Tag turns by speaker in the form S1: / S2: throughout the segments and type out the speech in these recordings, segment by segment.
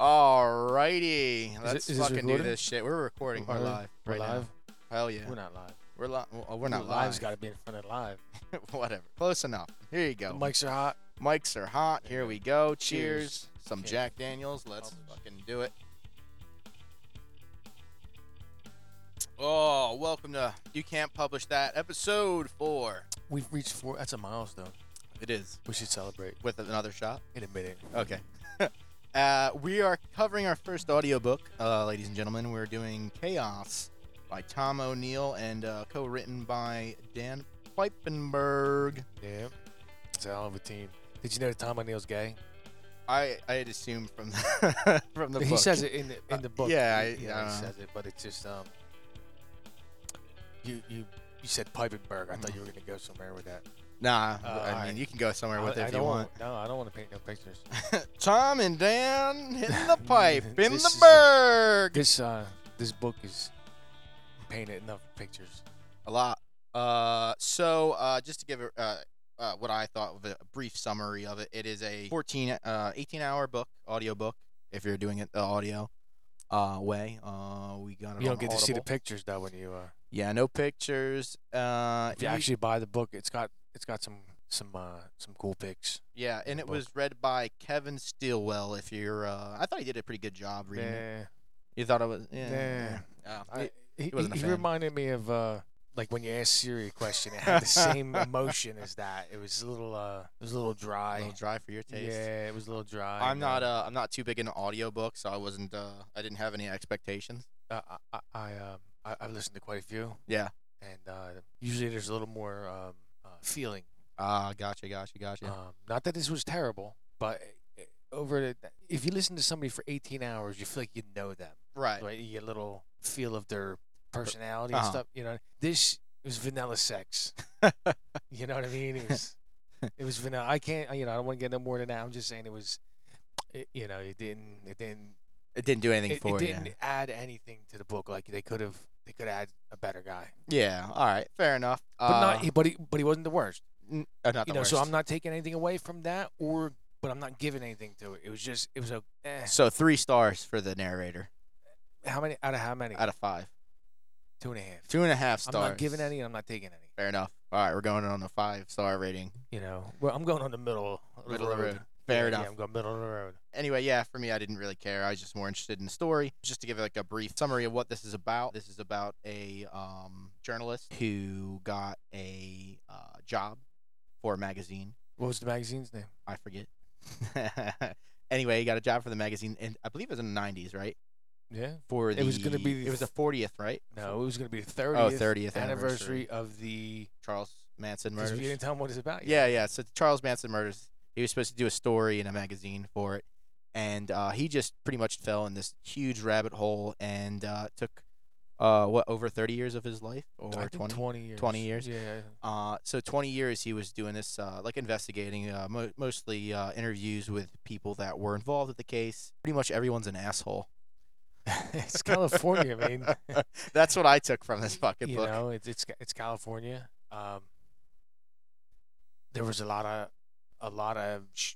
S1: All righty, let's
S2: is this
S1: fucking do
S2: recording?
S1: this shit. We're recording. We're
S2: We're
S1: live.
S2: We're
S1: right now.
S2: live.
S1: Hell yeah.
S2: We're not live.
S1: We're live. Well, we're not
S2: Ooh, Live's
S1: live.
S2: got to be in front of live.
S1: Whatever. Close enough. Here you
S2: The
S1: go.
S2: mics are hot.
S1: Mics are hot. Here we go. Cheers.
S2: Cheers.
S1: Some
S2: Okay.
S1: Jack Daniels. Let's
S2: Bubbles.
S1: fucking do it. Oh, welcome to You Can't Publish That, episode four.
S2: We've reached four. That's a milestone.
S1: It is.
S2: We should celebrate
S1: With another shot.
S2: in a minute.
S1: Okay. uh, we are covering our first audiobook, uh, ladies and gentlemen. We're doing Chaos by Tom O'Neill and uh, co written by Dan Pfeifenberg.
S2: Yeah. It's a hell of a team. Did you know that Tom O'Neill's gay?
S1: I, I had assumed from the, from the
S2: he
S1: book.
S2: says it in the in
S1: Uh,
S2: the book.
S1: yeah, I-
S2: he, yeah,
S1: uh,
S2: he says it, but it's just um. You you you said Pipenberg. I thought you were gonna go somewhere with that.
S1: Nah, I
S2: Uh,
S1: mean,
S2: alright.
S1: you can go somewhere with
S2: I,
S1: it
S2: I
S1: if
S2: don't
S1: you want.
S2: No, I don't want to paint no pictures.
S1: Tom and Dan hitting the pipe in
S2: This
S1: the
S2: is-
S1: berg.
S2: this uh this book is painted enough pictures.
S1: a lot. Uh, so uh, just to give a- uh, uh, what I thought of a brief summary of it, it is a 14, uh, 18 hour book, audio book. If you're doing it the audio uh, way, uh, we got it.
S2: You
S1: on
S2: don't get to see the
S1: Audible.
S2: pictures though when you uh.
S1: Yeah, no pictures. Uh,
S2: if you
S1: you-
S2: actually buy the book, it's got it's got some some uh, some cool pics.
S1: yeah, and
S2: the
S1: it was read by Kevin Stilwell. If you're, uh, I thought he did a pretty good job reading. it. You thought it was, yeah. yeah. Uh,
S2: Nah, I- he,
S1: wasn't a
S2: he
S1: fan.
S2: reminded me of uh, like when you ask Siri a question, it had the same emotion as that. It was a little uh, it was a little
S1: a
S2: dry.
S1: little dry for your taste.
S2: Yeah, it was a little dry.
S1: I'm
S2: and,
S1: not uh, I'm not too big into audiobooks, so I wasn't uh, I didn't have any expectations.
S2: uh, I I, I, um, I I've listened to quite a few,
S1: Yeah.
S2: and uh, usually there's a little more um, uh, feeling.
S1: Ah, gotcha, gotcha, gotcha.
S2: Um, not that this was terrible, but uh, over the, if you listen to somebody for 18 hours, you feel like you know them.
S1: right.
S2: right? You get a little feel of their personality
S1: uh-huh.
S2: and stuff. You know, this was vanilla sex. you know what I mean? It was, it was vanilla. I can't, you know, I don't want to get no more than that. I'm just saying it was, it, you know, it didn't, it didn't,
S1: It didn't do anything
S2: it,
S1: for
S2: it
S1: you.
S2: didn't add anything to the book. Like they could have, they could add a better guy,
S1: Yeah. All right. Fair enough. Uh,
S2: but not, he- but he, but he wasn't the worst.
S1: n- uh, not the
S2: you know, so
S1: worst.
S2: I'm not taking anything away from that, or but I'm not giving anything to it. It was just, it was a, eh.
S1: So three stars for the narrator
S2: how many out of how many?
S1: out of five.
S2: Two and a half.
S1: Two and a half
S2: I'm
S1: stars.
S2: not giving any, and I'm not taking any.
S1: Fair enough. All right, we're going on a five star rating.
S2: you know, well, I'm going on the middle,
S1: Middle of the road. Fair
S2: yeah,
S1: enough.
S2: Yeah, I'm going middle of the road.
S1: anyway, yeah, for me, I didn't really care. I was just more interested in the story. Just to give like a brief summary of what this is about. This is about a um, journalist who got a uh, job for a magazine.
S2: What was the magazine's name?
S1: I forget. anyway, he got a job for the magazine, and I believe it was in the '90s, right?
S2: Yeah.
S1: For the
S2: It was gonna be the
S1: it was the 40th, right?
S2: No, it was going to be the 30th,
S1: Oh, 30th anniversary.
S2: anniversary of the.
S1: Charles Manson
S2: 'cause You
S1: murders.
S2: didn't tell him what it's about.
S1: Yeah, yeah. So Charles Manson murders. He was supposed to do a story in a magazine for it, and uh, he just pretty much fell in this huge rabbit hole and uh, took uh, what over thirty years of his life or
S2: I think
S1: 20?
S2: 20 years.
S1: 20 years.
S2: Yeah.
S1: Uh, so 20 years he was doing this, uh, like investigating, uh, mo- mostly uh, interviews with people that were involved with the case. Pretty much everyone's an asshole.
S2: it's California, I mean.
S1: That's what I took from this fucking
S2: you
S1: book.
S2: know, it's, it's it's California. Um, there was a lot of, a lot of, sh-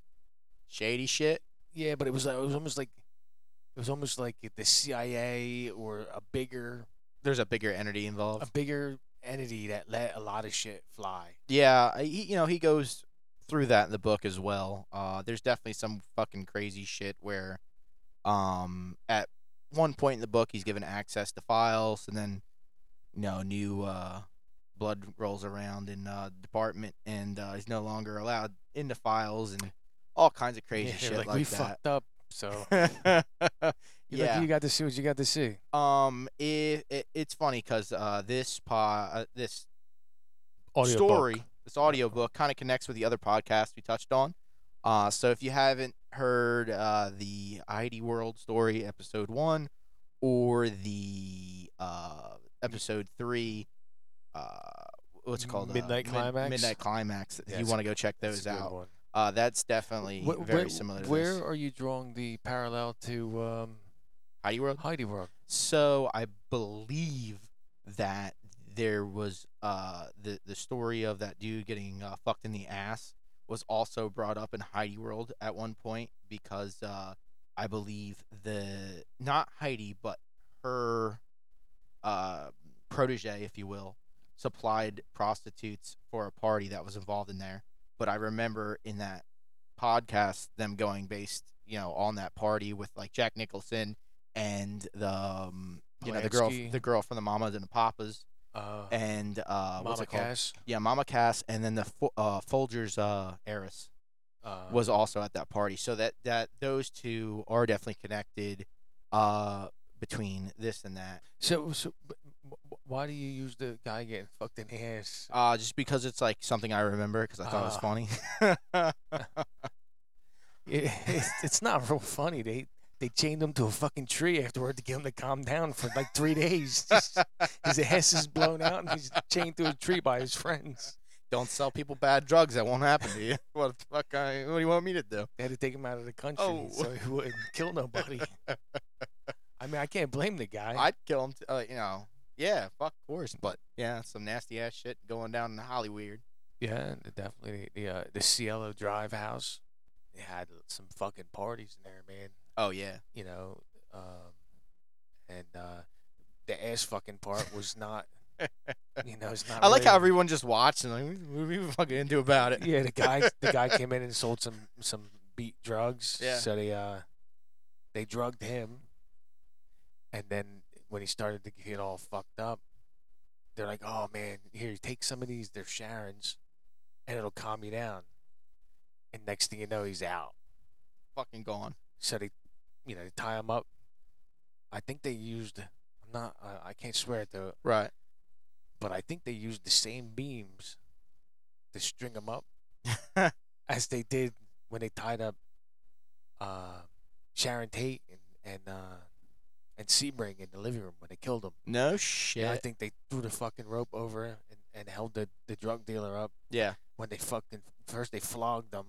S1: Shady shit.
S2: yeah, but it was it was almost like, it was almost like the CIA or a bigger
S1: There's a bigger entity
S2: a
S1: involved.
S2: bigger entity that let a lot of shit fly.
S1: Yeah, I- he, you know he goes through that in the book as well. Uh, there's definitely some fucking crazy shit where, um, at one point in the book he's given access to files, and then you know new uh, blood rolls around in uh, the department, and uh, he's no longer allowed in the files, and all kinds of crazy
S2: Yeah,
S1: shit like,
S2: like, we
S1: that.
S2: fucked up. So You're lucky
S1: yeah.
S2: you got to see what you got to see.
S1: Um. It, it it's funny because uh this pa uh, this story, this audiobook kind of connects with the other podcast we touched on. Uh, so if you haven't heard uh, the ID World story, episode one, or the uh, episode three, uh, what's it called? Uh,
S2: Midnight
S1: Mid-
S2: Climax?
S1: Midnight Climax. If
S2: Yeah,
S1: you
S2: it's-
S1: want to go check
S2: That's
S1: those
S2: a good
S1: out.
S2: one.
S1: Uh, that's definitely
S2: Wh-
S1: very
S2: where,
S1: similar to
S2: where
S1: this.
S2: are you drawing the parallel to um,
S1: ID World.
S2: Heidi World?
S1: So I believe that there was uh the the story of that dude getting uh, fucked in the ass was also brought up in Heidi World at one point because uh I believe the not Heidi, but her uh, protege, if you will, supplied prostitutes for a party that was involved in there. But I remember in that podcast them going based, you know, on that party with like Jack Nicholson and the um, you know the girl
S2: Polanski.
S1: the girl from the Mamas and the Papas
S2: Uh,
S1: and uh, what's
S2: Mama
S1: it called?
S2: Cass
S1: Yeah, Mama Cass, and then the Fo- uh, Folgers uh, heiress
S2: uh,
S1: was also at that party. So that that those two are definitely connected uh between this and that.
S2: so. so but wh- why do you use the guy getting fucked in the ass?
S1: Uh just because it's like something I remember cuz I thought
S2: Ah.
S1: it was funny.
S2: It, it's, it's not real funny. They they chained him to a fucking tree afterward to get him to calm down for like three days. Just- his ass is blown out and he's chained to a tree by his friends.
S1: Don't sell people bad drugs. That won't happen to you. what the fuck I, what do you want me to do?
S2: They had to take him out of the country
S1: Oh.
S2: so he wouldn't kill nobody. I mean, I can't blame the guy.
S1: I'd kill him, t- uh, you know. Yeah, fuck, of course, but yeah, some nasty ass shit going down in Hollyweird.
S2: Yeah, the- definitely. The uh, the Cielo Drive house, they had some fucking parties in there, man.
S1: Oh yeah.
S2: You know, um, and uh, the ass fucking part was not. You know, it's not.
S1: I like how
S2: really-
S1: everyone just watched and like, what are you fucking into about it?
S2: Yeah, the guy the guy came in and sold some some beat drugs.
S1: Yeah.
S2: So they uh they drugged him, and then when he started to get all fucked up, they're like, "Oh man, here, take some of these. They're Sharon's, and it'll calm you down." And next thing you know, he's out.
S1: Fucking gone.
S2: So they, you know, they tie him up. I think they used. I'm not. I, I can't swear at the.
S1: Right.
S2: But I think they used the same beams to string him up as they did when they tied up uh, Sharon Tate and and uh, and Sebring in the living room when they killed him.
S1: no
S2: And I
S1: shit.
S2: think they threw the fucking rope over and, and held the, the drug dealer up
S1: Yeah.
S2: when they fucking first they flogged them,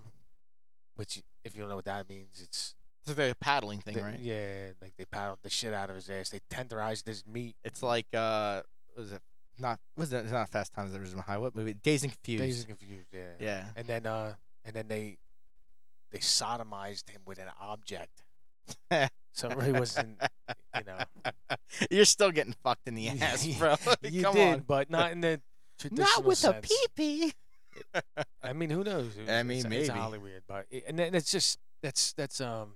S2: which if you don't know what that means, it's
S1: It's like a paddling thing,
S2: they-
S1: right?
S2: yeah, like they paddled the shit out of his ass. They tenderized his meat.
S1: It's like uh, was it not was it not Fast Times at Ridgemont High? What movie? Dazed and Confused.
S2: Dazed and confused, yeah.
S1: Yeah.
S2: And then uh and then they they sodomized him with an object. so it really wasn't you know
S1: You're still getting fucked in the
S2: Yeah,
S1: ass,
S2: yeah.
S1: bro.
S2: you
S1: Come
S2: did,
S1: on.
S2: but not in the traditional
S1: Not with
S2: sense.
S1: a peepee.
S2: I mean, who knows? It-
S1: I mean,
S2: it's, it's
S1: maybe.
S2: Hollywood, but it, and that's just that's that's um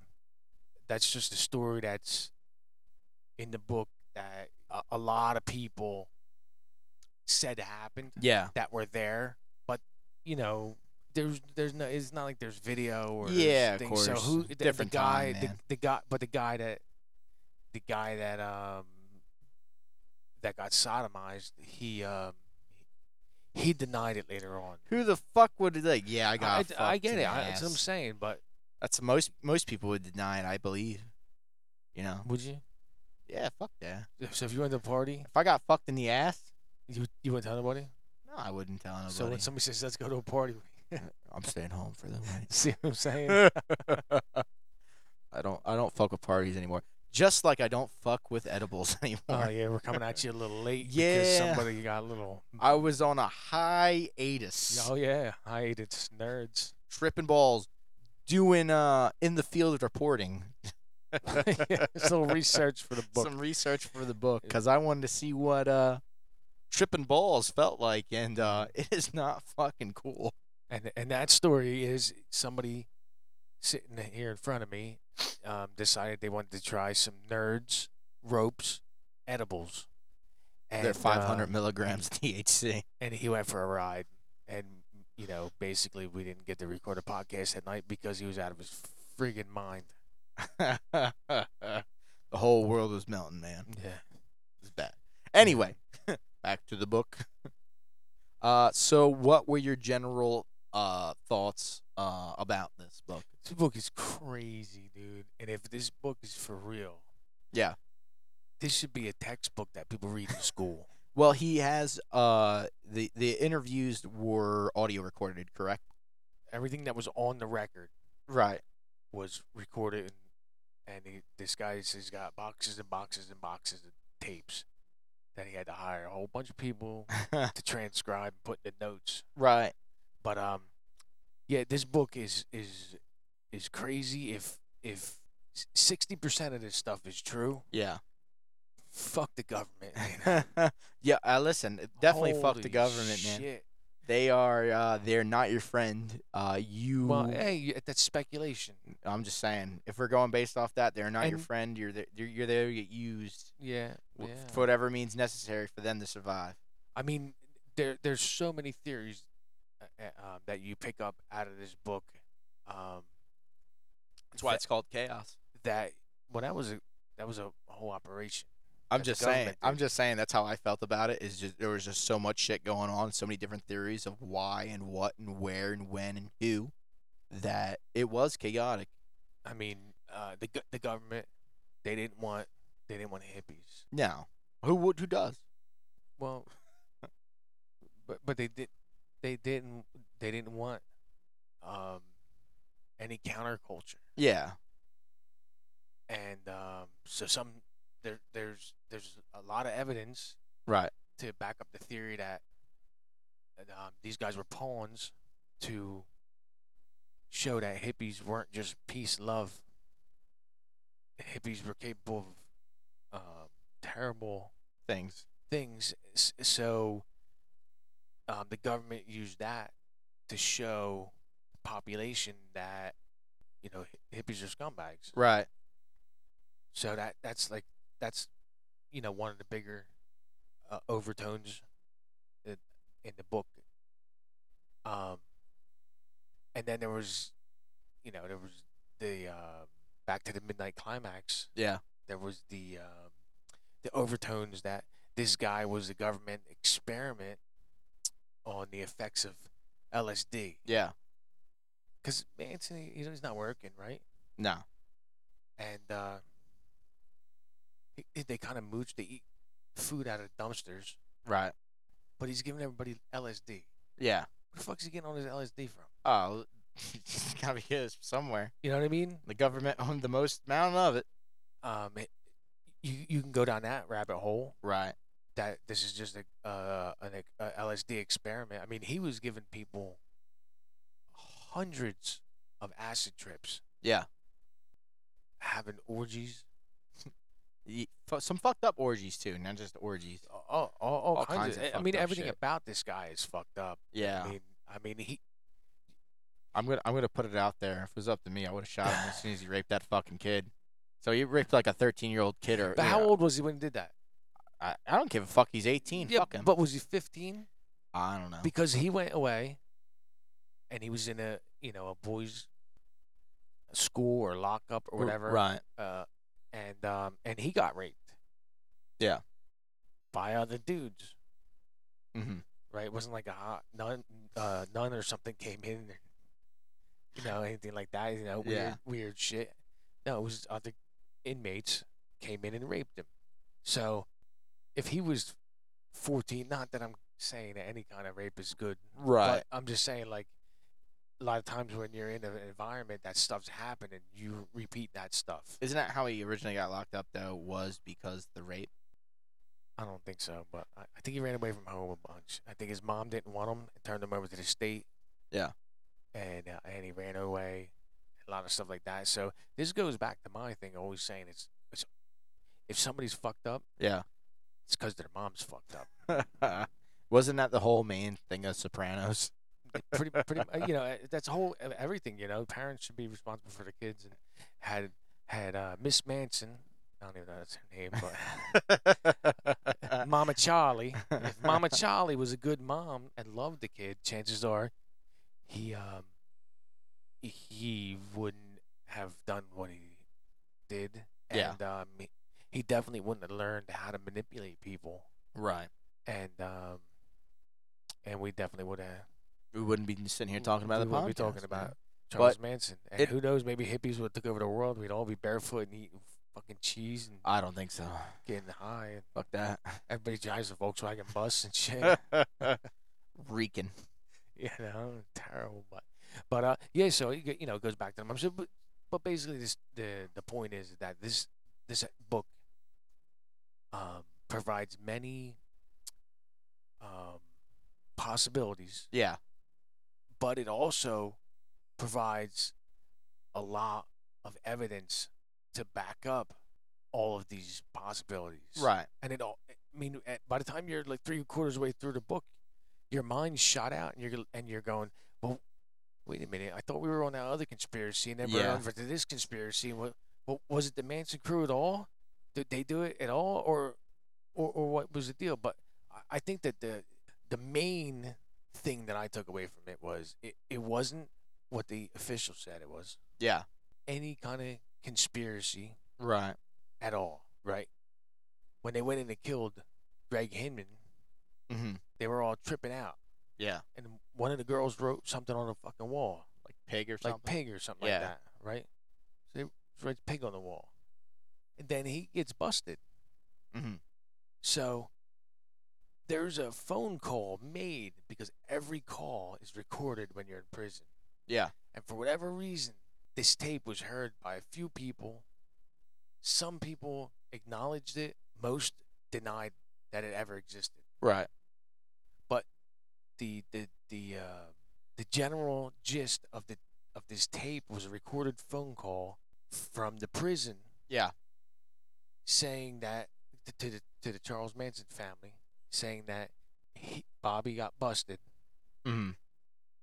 S2: that's just a story that's in the book that a, a lot of people said happened
S1: Yeah.
S2: that were there, but you know. There's, there's no. It's not like there's video or
S1: Yeah, of
S2: things. So
S1: course.
S2: who the, the
S1: Different
S2: guy,
S1: time,
S2: the,
S1: man.
S2: the guy, but the guy that, the guy that um, that got sodomized, he um, he denied it later on.
S1: Who the fuck would like? Yeah, I got.
S2: I,
S1: fucked
S2: I
S1: in
S2: get
S1: the
S2: it. I, that's what I'm
S1: ass."
S2: saying. But
S1: That's most most people would deny it. I believe. You know.
S2: would you?
S1: Yeah. Fuck that.
S2: So if you went to a party,
S1: If I got fucked in the ass,
S2: you you wouldn't tell nobody.
S1: no, I wouldn't tell anybody.
S2: So when somebody says, "Let's go to a party,"
S1: I'm staying home for the night.
S2: see what I'm saying?
S1: I don't. I don't fuck with parties anymore. Just like I don't fuck with edibles anymore.
S2: oh yeah, we're coming at you a little late because
S1: Yeah.
S2: somebody got a little.
S1: I was on a hiatus,
S2: Oh yeah, I ate its nerds.
S1: tripping balls, doing uh in the field reporting,
S2: yeah, it's a little research for the book.
S1: some research for the book, because I wanted to see what uh tripping balls felt like, and uh
S2: Mm.
S1: it is not fucking cool.
S2: and and that story is somebody sitting here in front of me um, decided they wanted to try some nerds ropes edibles. And,
S1: They're 500
S2: uh,
S1: milligrams THC.
S2: and he went for a ride and you know basically we didn't get to record a podcast at night because he was out of his friggin' mind
S1: the whole world was melting, man.
S2: yeah
S1: It's bad. Anyway, back to the book. Uh, so what were your general uh thoughts uh about this book?
S2: this book is crazy dude and if this book is for real
S1: Yeah.
S2: this should be a textbook that people read in school
S1: Well, he has uh the the interviews were audio recorded, correct?
S2: everything that was on the record
S1: Right.
S2: was recorded and, and he, this guy's he's got boxes and boxes and boxes of tapes that he had to hire a whole bunch of people to transcribe and put in the notes
S1: right.
S2: but um yeah this book is is is crazy if if sixty percent of this stuff is true.
S1: Yeah.
S2: Fuck the government. man.
S1: yeah. Uh, listen, definitely fuck the
S2: Holy
S1: government, man.
S2: shit.
S1: They are. Uh, they're not your friend. Uh, you.
S2: Well, hey, that's speculation.
S1: I'm just saying, if we're going based off that, they're not your
S2: And-
S1: friend. You're there. You're, you're there to get used
S2: Yeah, yeah.
S1: w- for whatever means necessary for them to survive.
S2: I mean, there there's so many theories uh, uh, um, that you pick up out of this book. Um, that,
S1: called chaos.
S2: that. Well, that was a that was a whole operation.
S1: I'm
S2: that the
S1: just saying.
S2: government
S1: I'm
S2: did.
S1: just saying. That's how I felt about it. Is just there was just so much shit going on, so many different theories of why and what and where and when and who, that it was chaotic.
S2: I mean, uh, the go- the government they didn't want they didn't want hippies.
S1: Now, who would who does?
S2: Well, but but they did they didn't they didn't want um any counterculture.
S1: Yeah,
S2: and um, so some there there's there's a lot of evidence
S1: right.
S2: to back up the theory that that, um, these guys were pawns to show that hippies weren't just peace love. Hippies were capable of um, terrible
S1: Things.
S2: things, S- so um, the government used that to show the population that you know hi- hippies are scumbags.
S1: Right.
S2: So that that's like that's you know one of the bigger uh, overtones in, in the book. Um, and then there was, you know, there was the uh, back to the midnight climax.
S1: Yeah.
S2: There was the um, the overtones that this guy was a government experiment on the effects of LSD.
S1: Yeah.
S2: Because Manson, he- he's not working, right?
S1: No.
S2: and uh, he- he- they kind of mooched to eat food out of dumpsters,
S1: Right.
S2: but he's giving everybody LSD. Where
S1: Yeah.
S2: the fuck's he getting all his LSD from?
S1: Oh, it's gotta be his from somewhere.
S2: You know what I mean?
S1: The government owned the most amount of it.
S2: Um, it- you you can go down that rabbit hole.
S1: Right.
S2: That this is just a uh, an ex- a LSD experiment. I mean, he was giving people hundreds of acid trips,
S1: Yeah.
S2: having orgies,
S1: Ye- fu- Some fucked up orgies too, not just orgies.
S2: all all, all,
S1: All kinds
S2: kinds, of.
S1: of
S2: I- I mean,
S1: fucked up
S2: everything
S1: shit.
S2: about this guy is fucked up.
S1: Yeah.
S2: I mean, I mean, he
S1: I'm gonna I'm gonna put it out there. If it was up to me, I would have shot him as soon as he raped that fucking kid. So he raped like a 13 year old kid, or
S2: But
S1: you
S2: how
S1: know,
S2: old was he when he did that?
S1: I, I don't give a fuck. He's 18. fuck him. Oh,
S2: but was he 15?
S1: I don't know.
S2: Because he went away, and he was in a you know a boys' school or lockup or
S1: R-
S2: whatever.
S1: Right.
S2: Uh, and um and he got raped.
S1: Yeah.
S2: By other dudes,
S1: hmm
S2: right? It wasn't like a hot nun, uh, nun or something came in, and, you know, anything like that. You know, weird,
S1: Yeah.
S2: weird shit. No, it was other inmates came in and raped him. So, if he was 14, not that I'm saying that any kind of rape is good,
S1: Right.
S2: but I'm just saying like a lot of times when you're in an environment that stuff's happening, you repeat that stuff.
S1: Isn't that how he originally got locked up though? Was because the rape?
S2: I don't think so, but I, I think he ran away from home a bunch. I think his mom didn't want him and turned him over to the state.
S1: Yeah.
S2: And uh, and he ran away, a lot of stuff like that. So this goes back to my thing, always saying it's it's if somebody's fucked up,
S1: Yeah.
S2: it's because their mom's fucked up.
S1: Wasn't that the whole main thing of Sopranos?
S2: It pretty pretty mu- you know uh, that's whole uh, everything. You know, parents should be responsible for their kids. And had had uh, Miss Manson, I don't even know that's her name, but Mama Charlie. if Mama Charlie was a good mom and loved the kid, chances are he um he wouldn't have done what he did.
S1: Yeah.
S2: And um he- he definitely wouldn't have learned how to manipulate people.
S1: right.
S2: And um and we definitely would have
S1: We wouldn't be sitting here talking about
S2: we
S1: the
S2: wouldn't
S1: podcast.
S2: be talking
S1: man.
S2: about Charles
S1: But
S2: Manson. And
S1: it-
S2: who knows, maybe hippies would have took over the world, we'd all be barefoot and eating fucking cheese and
S1: I don't think so.
S2: getting high and
S1: Fuck that.
S2: everybody drives a Volkswagen bus and shit.
S1: Reeking.
S2: you know, terrible. But, but uh, yeah. So it, go- you know, it goes back to the mom. So, but, but basically, this the the point is that this this book um, provides many um, possibilities,
S1: Yeah.
S2: but it also provides a lot of evidence to back up all of these possibilities.
S1: Right.
S2: And it all, I mean, at- by the time you're like three quarters of the way through the book, your mind's shot out, and you're and you're going, well, wait a minute, I thought we were on that other conspiracy, and then we're
S1: Yeah.
S2: over to this conspiracy. What, what was it, the Manson crew at all? Did they do it at all, or, or, or what was the deal? But I- I think that the the main thing that I took away from it was it, it wasn't what the official said it was
S1: Yeah.
S2: any kind of conspiracy
S1: Right.
S2: at all, right? When they went in and killed Greg Hinman,
S1: Mm-hmm.
S2: they were all tripping out.
S1: Yeah.
S2: And one of the girls wrote something on the fucking wall,
S1: Like pig or
S2: like
S1: something.
S2: pig or something
S1: Yeah.
S2: like that, right? So they writes pig on the wall. And then he gets busted.
S1: mm-hmm.
S2: So there's a phone call made because every call is recorded when you're in prison.
S1: Yeah.
S2: And for whatever reason, this tape was heard by a few people. Some people acknowledged it, most denied that it ever existed.
S1: Right.
S2: The the the uh, the general gist of the of this tape was a recorded phone call from the prison
S1: Yeah.
S2: saying that to the to the Charles Manson family saying that he, Bobby got busted.
S1: Mm-hmm.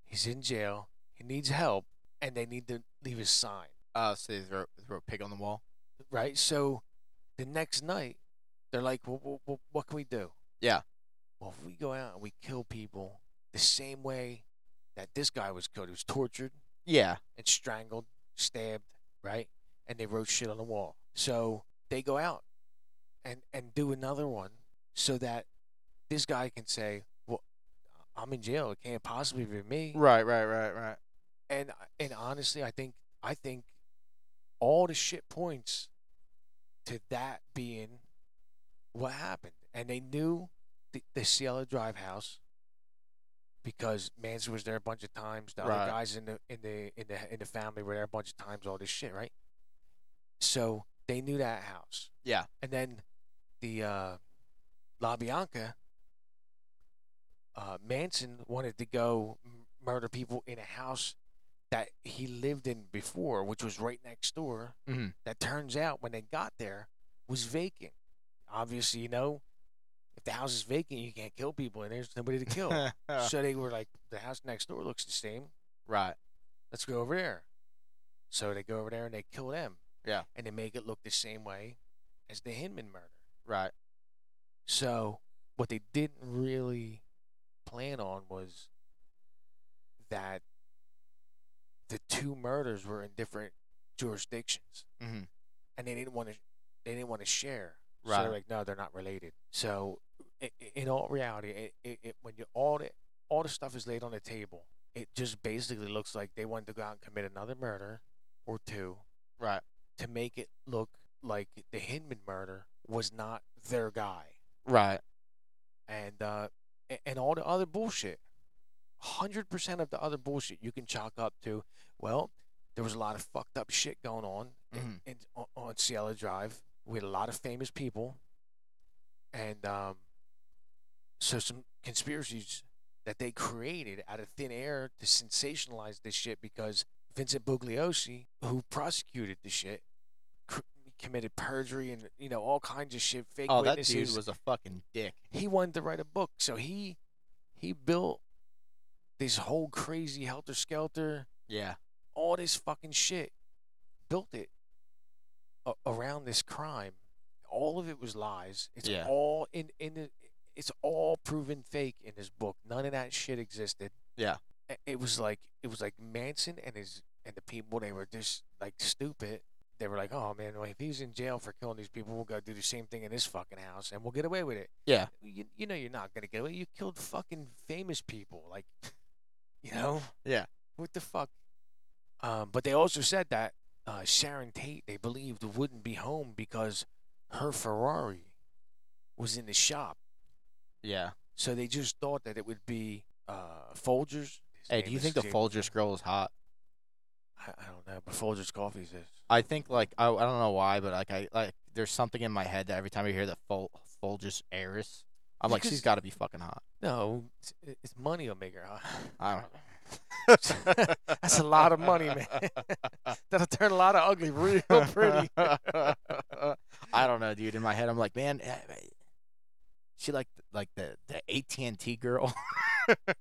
S2: He's in jail. He needs help, and they need to leave his sign.
S1: Uh, so they throw, throw a pig on the wall.
S2: right? So the next night, they're like, well, well, well, what can we do?
S1: Yeah.
S2: Well, if we go out and we kill people the same way that this guy was killed, he was tortured
S1: Yeah.
S2: and strangled, stabbed, right? And they wrote shit on the wall. So they go out and, and do another one so that this guy can say, well, I'm in jail. It can't possibly be me
S1: Right. Right. Right. Right.
S2: and and honestly, I think I think all the shit points to that being what happened, and they knew the, the Cielo Drive house because Manson was there a bunch of times. The
S1: Right.
S2: other guys in the in the in the in the family were there a bunch of times. All this shit, right? So they knew that house.
S1: Yeah.
S2: And then the uh, La Bianca, uh, Manson wanted to go m- murder people in a house that he lived in before, which was right next door.
S1: Mhm.
S2: That turns out when they got there was vacant. Obviously, you know, if the house is vacant, you can't kill people, and there's nobody to kill.
S1: Oh.
S2: so they were like, the house next door looks the same.
S1: right.
S2: Let's go over there. So they go over there and they kill them.
S1: Yeah.
S2: And they make it look the same way as the Hinman murder.
S1: Right.
S2: So what they didn't really plan on was that the two murders were in different jurisdictions,
S1: Mm-hmm.
S2: and they didn't want to. They didn't want to share. So
S1: Right.
S2: they're like, no, they're not related. So i- i- in all reality, it, it, it, when you all the all the stuff is laid on the table, it just basically looks like they wanted to go out and commit another murder or two
S1: Right.
S2: to make it look like the Hinman murder was not their guy.
S1: Right.
S2: and uh, a- and all the other bullshit. Hundred percent of the other bullshit you can chalk up to, well, there was a lot of fucked up shit going on in,
S1: Mhm.
S2: in, on, on Cielo Drive. We had a lot of famous people, and um, so some conspiracies that they created out of thin air to sensationalize this shit because Vincent Bugliosi, who prosecuted the shit, cr- committed perjury and you know all kinds of shit, fake
S1: Oh, that
S2: witnesses
S1: dude was a fucking dick.
S2: he wanted to write a book, so he he built this whole crazy helter skelter,
S1: Yeah.
S2: all this fucking shit, built it a- around this crime. All of it was lies. It's
S1: Yeah.
S2: all in in the, it's all proven fake in this book. None of that shit existed.
S1: Yeah.
S2: I- It was like it was like Manson and his and the people they were just like stupid. They were like, "Oh man, well, if he's in jail for killing these people, we'll go do the same thing in this fucking house, and we'll get away with it."
S1: Yeah.
S2: you, you know you're not gonna get away. You killed fucking famous people, like, you know.
S1: Yeah.
S2: What the fuck? Um, but they also said that uh, Sharon Tate, they believed, wouldn't be home because her Ferrari was in the shop,
S1: Yeah.
S2: so they just thought that it would be uh, Folgers. His
S1: Hey,
S2: name
S1: do you
S2: is
S1: think the
S2: Jim-
S1: Folgers girl is hot?
S2: I, I don't know, but Folgers coffee is.
S1: I think like I, I don't know why, but like I like there's something in my head that every time I hear the Fol- Folgers heiress, I'm like
S2: Because-
S1: she's got to be fucking hot.
S2: No, it's, it's money will make her. hot.
S1: I don't.
S2: That's a lot of money, man. That'll turn a lot of ugly real pretty.
S1: I don't know, dude. In my head, I'm like, man, eh, she like like the the AT and T girl.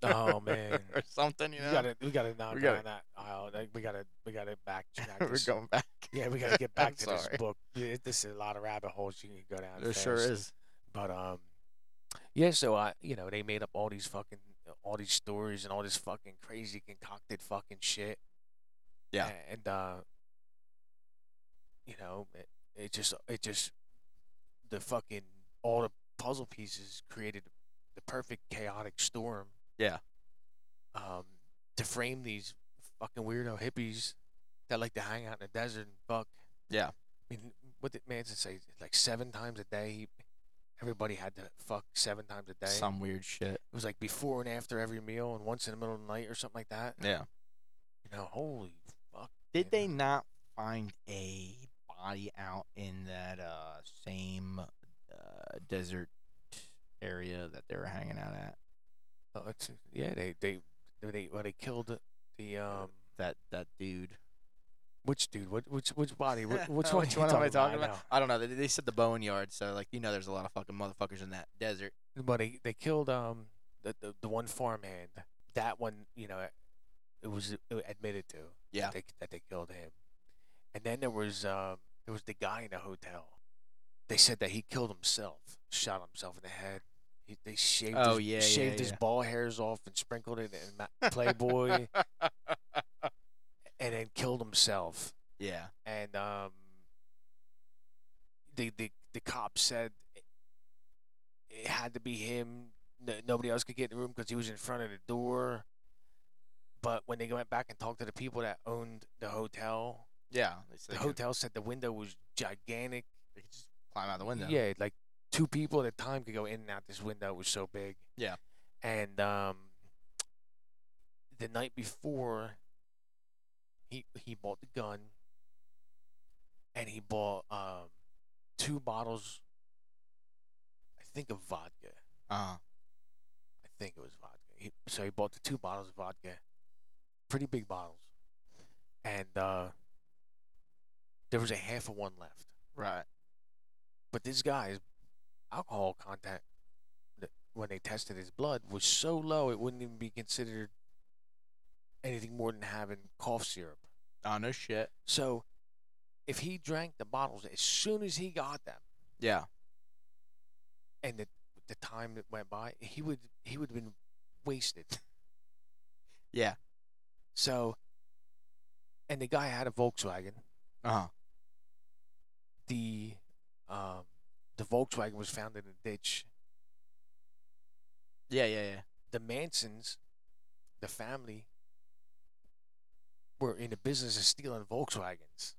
S2: Oh, man.
S1: or something. You know,
S2: We gotta, we gotta knock
S1: We gotta-
S2: down that aisle. Like, We gotta, we gotta back. track
S1: we're
S2: this.
S1: going back.
S2: Yeah, we gotta get
S1: I'm
S2: back to this
S1: sorry.
S2: book. Yeah, this is a lot of rabbit holes you can go down.
S1: There sure
S2: fast.
S1: is.
S2: But um, yeah. So I, you know, they made up all these fucking, all these stories and all this fucking crazy concocted fucking shit.
S1: Yeah.
S2: A- And uh, you know, it, it just, it just, the fucking all the puzzle pieces created the perfect chaotic storm.
S1: Yeah.
S2: Um, to frame these fucking weirdo hippies that like to hang out in the desert and fuck.
S1: Yeah.
S2: I mean, what did Manson say? Like seven times a day, he, everybody had to fuck seven times a day.
S1: Some weird shit.
S2: It was like before and after every meal, and once in the middle of the night or something like that.
S1: Yeah.
S2: You know, holy fuck.
S1: Did
S2: Yeah.
S1: they not find a body out in that uh, same uh, desert area that they were hanging out at?
S2: Oh, it's, yeah, they they they well, they killed the um
S1: That that dude.
S2: which dude? What which which body? Which, which
S1: Uh, Oh,
S2: one?
S1: Which
S2: you
S1: one am I talking
S2: now?
S1: about? I don't know. They, they said the Bowen Yard, so like you know, there's a lot of fucking motherfuckers in that desert.
S2: But they, they killed um the, the the one farmhand. That one, you know, it was admitted to.
S1: Yeah.
S2: That they, that they killed him. And then there was um there was the guy in the hotel. They said that he killed himself, shot himself in the head. He, they shaved
S1: Oh,
S2: his,
S1: yeah, yeah,
S2: shaved his
S1: yeah.
S2: ball hairs off and sprinkled it in Ma- Playboy, and then killed himself
S1: Yeah.
S2: and um, the the the cop said it- it had to be him. No, nobody else could get in the room because he was in front of the door. But when they went back and talked to the people that owned the hotel,
S1: Yeah. They said
S2: the
S1: they could-
S2: hotel said the window was gigantic.
S1: They could just climb out the window.
S2: Yeah, like two people at a time could go in and out this window. It was so big.
S1: Yeah.
S2: And um, the night before, he he bought the gun, and he bought um two bottles. I think of vodka.
S1: Uh,
S2: I think it was vodka. He, so he bought the two bottles of vodka, pretty big bottles, and uh, there was a half of one left.
S1: right.
S2: But this guy's alcohol content, th- when they tested his blood, was so low it wouldn't even be considered anything more than having cough syrup.
S1: Oh no shit.
S2: So if he drank the bottles as soon as he got them,
S1: Yeah.
S2: and the, the time that went by, he would he would have been wasted.
S1: Yeah.
S2: So, and the guy had a Volkswagen.
S1: Uh huh.
S2: The um, the Volkswagen was found in a ditch
S1: Yeah. Yeah. Yeah.
S2: the Mansons, the family, were in the business of stealing Volkswagens.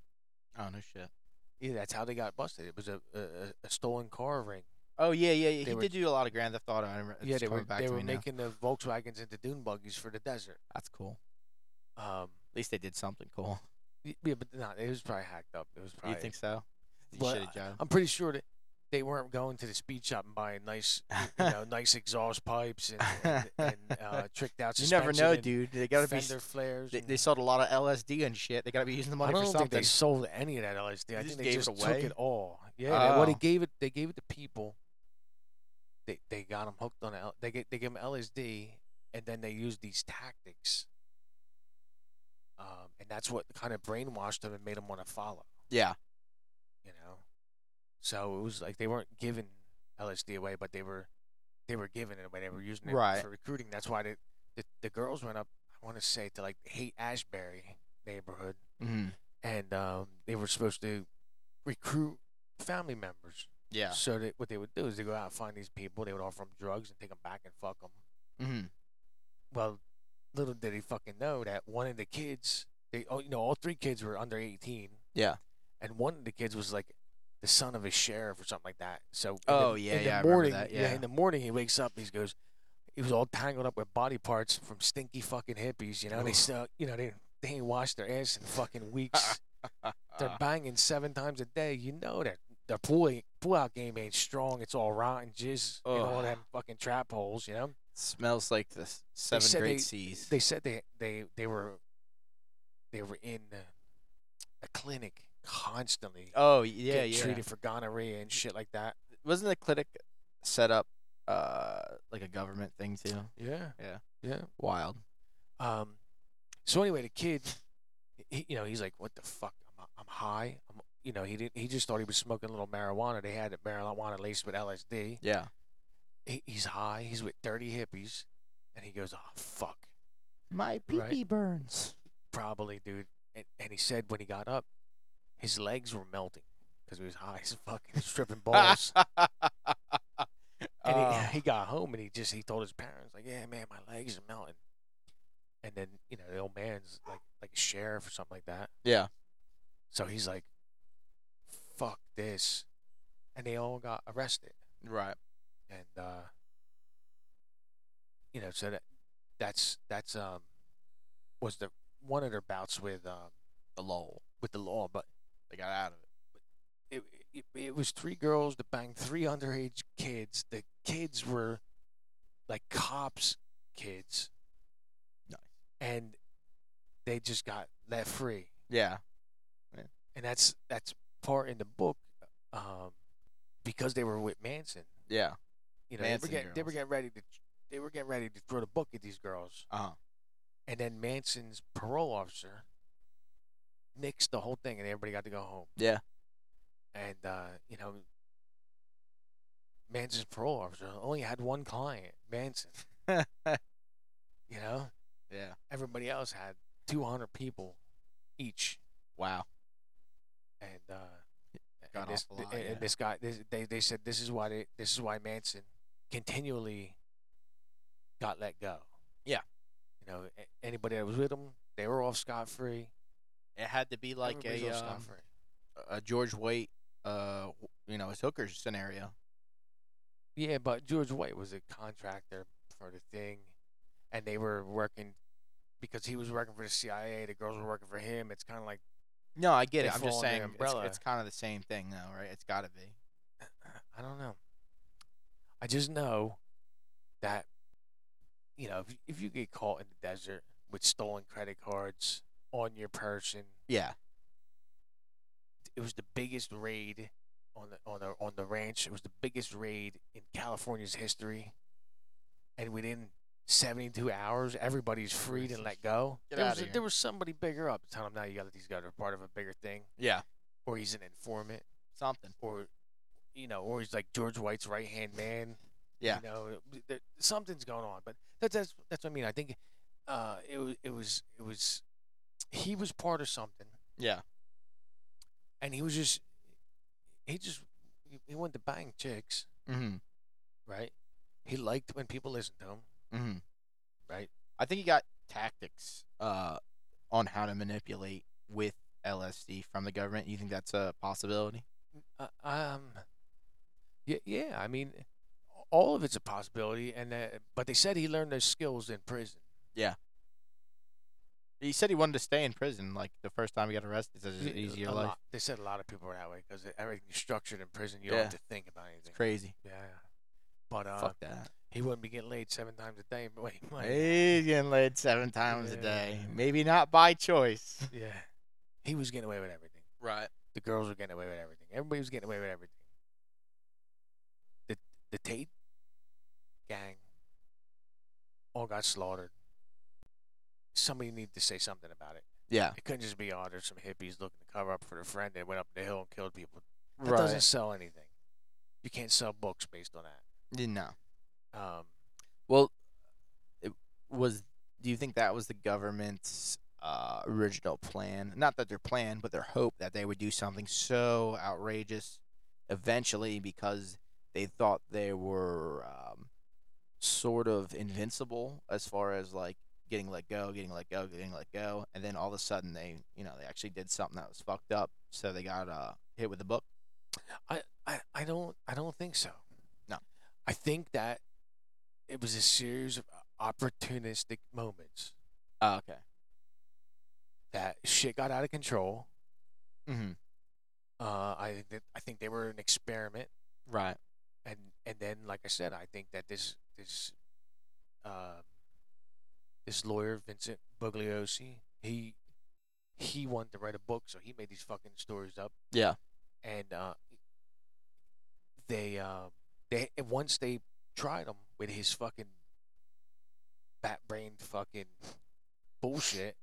S1: Oh no shit.
S2: Yeah, that's how they got busted. It was a a, a stolen car ring.
S1: Oh yeah. Yeah. yeah.
S2: They
S1: He
S2: were-
S1: did do a lot of Grand Theft Auto. I remember.
S2: yeah,
S1: it's
S2: they were
S1: coming back
S2: they
S1: to
S2: were
S1: me now.
S2: making the Volkswagens into dune buggies for the desert.
S1: That's cool.
S2: Um,
S1: At least they did something cool.
S2: y- yeah, but not. It was probably hacked up. It was probably.
S1: You think so? You
S2: But
S1: shitty job.
S2: I'm pretty sure that they weren't going to the speed shop and buying nice, you know, nice exhaust pipes and, and, and uh, tricked out
S1: You never
S2: suspension.
S1: know,
S2: and
S1: dude. They gotta be.
S2: fender flares.
S1: They,
S2: and-
S1: they sold a lot of LSD and shit. They gotta be using the money
S2: I don't
S1: for
S2: think
S1: something.
S2: they sold any of that LSD.
S1: They
S2: I
S1: just
S2: think they
S1: gave it
S2: just
S1: away?
S2: took it all. Yeah, they- well, they
S1: Oh.
S2: gave it. They gave it to people. They they got them hooked on L. They get they give them LSD, and then they used these tactics. Um, and that's what kind of brainwashed them and made them want to follow.
S1: yeah.
S2: You know, so it was like they weren't giving LSD away, but they were they were giving it away. They were using it
S1: Right.
S2: for recruiting. That's why the the, the girls went up. I want to say to like Haight Ashbury neighborhood
S1: Mm-hmm.
S2: and um, they were supposed to recruit family members.
S1: Yeah.
S2: So they, what they would do is they go out and find these people. They would offer them drugs and take them back and fuck them.
S1: Mm-hmm.
S2: Well, little did he fucking know that one of the kids, they oh, you know all three kids were under eighteen,
S1: Yeah.
S2: and one of the kids was like the son of a sheriff or something like that. So in the-
S1: Oh, yeah,
S2: in the
S1: yeah, I remember
S2: morning,
S1: that, yeah.
S2: in the morning he wakes up, he goes, he was all tangled up with body parts from stinky fucking hippies. You know they
S1: Oof.
S2: still, you know they they ain't washed their ass in fucking weeks.
S1: Uh, Uh-huh.
S2: they're banging seven times a day. You know that the pull pull out game ain't strong. It's all rotten jizz and all
S1: Ugh.
S2: them fucking trap holes. You know.
S1: Smells like the s- seven
S2: said
S1: great
S2: they-
S1: seas.
S2: They said they they they were they were in uh, a clinic constantly.
S1: oh yeah,
S2: getting
S1: yeah.
S2: Treated for gonorrhea and shit like that.
S1: Wasn't the clinic set up uh like a government thing too?
S2: Yeah.
S1: Yeah.
S2: Yeah.
S1: Wild.
S2: Um, so anyway, the kid, he, you know, he's like, "What the fuck? I'm, I'm high." I'm, you know, he didn't. He just thought he was smoking a little marijuana. They had marijuana laced with LSD.
S1: Yeah.
S2: He, he's high. He's with thirty hippies, and he goes, "Oh fuck,
S1: My
S2: Right.
S1: pee burns.
S2: probably, dude." And, and he said when he got up, his legs were melting because he was high as fuck. He was stripping balls. And
S1: Ah, Oh.
S2: he, he got home and he just he told his parents like, "Yeah, man, my legs are melting." And then you know the old man's like like a sheriff or something like that.
S1: yeah.
S2: So he's like, "Fuck this," and they all got arrested.
S1: Right.
S2: And uh, you know, so that that's that's um was the one of their bouts with um
S1: The lull.
S2: with the law, but
S1: They got out of it.
S2: it, it, it was three girls that banged three underage kids. The kids were like cops kids.
S1: Nice.
S2: And they just got let free.
S1: Yeah.
S2: And that's that's part in the book um, because they were with Manson.
S1: Yeah.
S2: You know, they were,
S1: Manson
S2: getting, they were
S1: girls.
S2: getting ready to they were getting ready to throw the book at these girls.
S1: Uh huh.
S2: And then Manson's parole officer nixed the whole thing and everybody got to go home.
S1: Yeah.
S2: and uh, you know, Manson's parole officer only had one client, Manson. You know,
S1: Yeah.
S2: everybody else had 200 people each,
S1: Wow.
S2: and uh,
S1: Got
S2: and this,
S1: awful lot,
S2: and- and
S1: yeah.
S2: this guy, this, they they said this is why they, this is why Manson continually got let go.
S1: Yeah.
S2: you know, a- anybody that was with him, they were off scot free.
S1: It had to be like a um,
S2: free.
S1: a George Waite, uh, you know, his hookers scenario.
S2: Yeah, but George White was a contractor for the thing, and they were working because he was working for the CIA. The girls were working for him. It's kind of like
S1: No, I get
S2: They
S1: it. I'm
S2: fall
S1: just
S2: under
S1: saying,
S2: the
S1: it's,
S2: umbrella.
S1: it's kind of the same thing, though, right? It's got to be.
S2: I don't know. I just know that you know if if you get caught in the desert with stolen credit cards on your person,
S1: Yeah.
S2: it was the biggest raid on the on the on the ranch. It was the biggest raid in California's history, and within 72 hours, everybody's freed and let go.
S1: Get
S2: there
S1: outta
S2: was a-
S1: here.
S2: there was somebody bigger up telling them now you got to these guys are part of a bigger thing,
S1: Yeah.
S2: or he's an informant,
S1: Something.
S2: or you know, or he's like George White's right hand man.
S1: Yeah.
S2: you know, there, something's going on. But that's that's that's what I mean. I think uh, it was it was it was he was part of something
S1: Yeah.
S2: and he was just he just he- he wanted to bang chicks
S1: Mm-hmm.
S2: right he liked when people listened to him
S1: Mm-hmm.
S2: right
S1: I think he got tactics uh, on how to manipulate with LSD from the government. You think that's a possibility?
S2: uh, um yeah yeah i mean all of it's a possibility and uh, but they said he learned those skills in prison
S1: He said he wanted to stay in prison. Like the first time he got arrested, it's
S2: Yeah,
S1: an easier
S2: a
S1: life.
S2: lot- they said a lot of people are that way because everything's structured in prison you
S1: Yeah.
S2: don't have to think about anything
S1: It's crazy.
S2: yeah but uh,
S1: Fuck that.
S2: he wouldn't be getting laid seven times a day wait, wait.
S1: He's getting laid seven times a
S2: Yeah.
S1: day. Maybe not by choice.
S2: yeah he was getting away with everything
S1: Right.
S2: the girls were getting away with everything. Everybody was getting away with everything. The the Tate gang all got slaughtered. Somebody needed to say something about it.
S1: Yeah.
S2: It couldn't just be oh, there's some hippies looking to cover up for their friend that went up the hill and killed people. That
S1: right.
S2: doesn't sell anything. You can't sell books based on that.
S1: No.
S2: Um,
S1: Well, it was. Do you think that was the government's uh, original plan? Not that their plan, but their hope that they would do something so outrageous eventually, because they thought they were um, sort of invincible as far as like getting let go, getting let go, getting let go, and then all of a sudden they, you know, they actually did something that was fucked up, so they got uh, hit with the book.
S2: I, I, I don't I don't think so.
S1: No.
S2: I think that it was a series of opportunistic moments
S1: Oh, okay.
S2: that shit got out of control.
S1: Mm-hmm.
S2: Uh, I think that I think they were an experiment,
S1: Right.
S2: and and then like I said, I think that this this um, this lawyer Vincent Bugliosi. He he wanted to write a book, so he made these fucking stories up.
S1: Yeah.
S2: And uh, they um, they and once they tried him with his fucking bat brained fucking bullshit,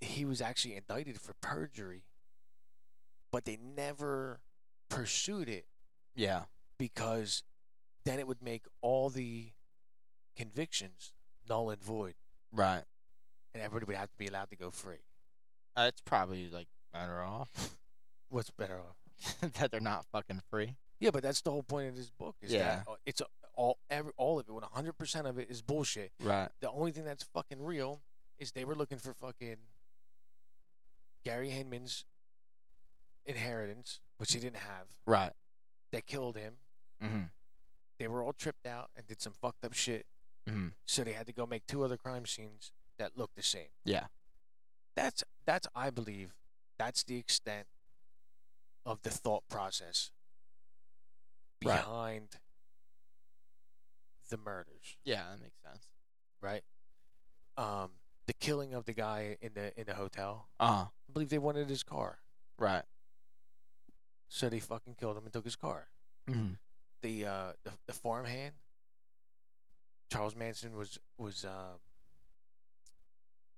S2: he was actually indicted for perjury, but they never pursued it
S1: Yeah.
S2: because then it would make all the convictions null and void,
S1: Right.
S2: and everybody would have to be allowed to go free.
S1: Uh, it's probably like better off
S2: What's better off?
S1: that they're not fucking free.
S2: Yeah, but that's the whole point of this book. Is
S1: Yeah.
S2: that uh, it's a- all every all of it, one hundred percent of it is bullshit.
S1: Right.
S2: The only thing that's fucking real is they were looking for fucking Gary Hinman's inheritance, which he didn't have.
S1: Right.
S2: That killed him.
S1: Mm-hmm.
S2: They were all tripped out and did some fucked up shit.
S1: Mhm.
S2: So they had to go make two other crime scenes that looked the same.
S1: Yeah.
S2: That's that's I believe that's the extent of the thought process
S1: Right.
S2: behind the murders,
S1: Yeah, that makes sense.
S2: right? Um, the killing of the guy in the in the hotel.
S1: Uh huh.
S2: I believe they wanted his car,
S1: Right.
S2: so they fucking killed him and took his car.
S1: Mm-hmm.
S2: The uh the, the farmhand Charles Manson was was um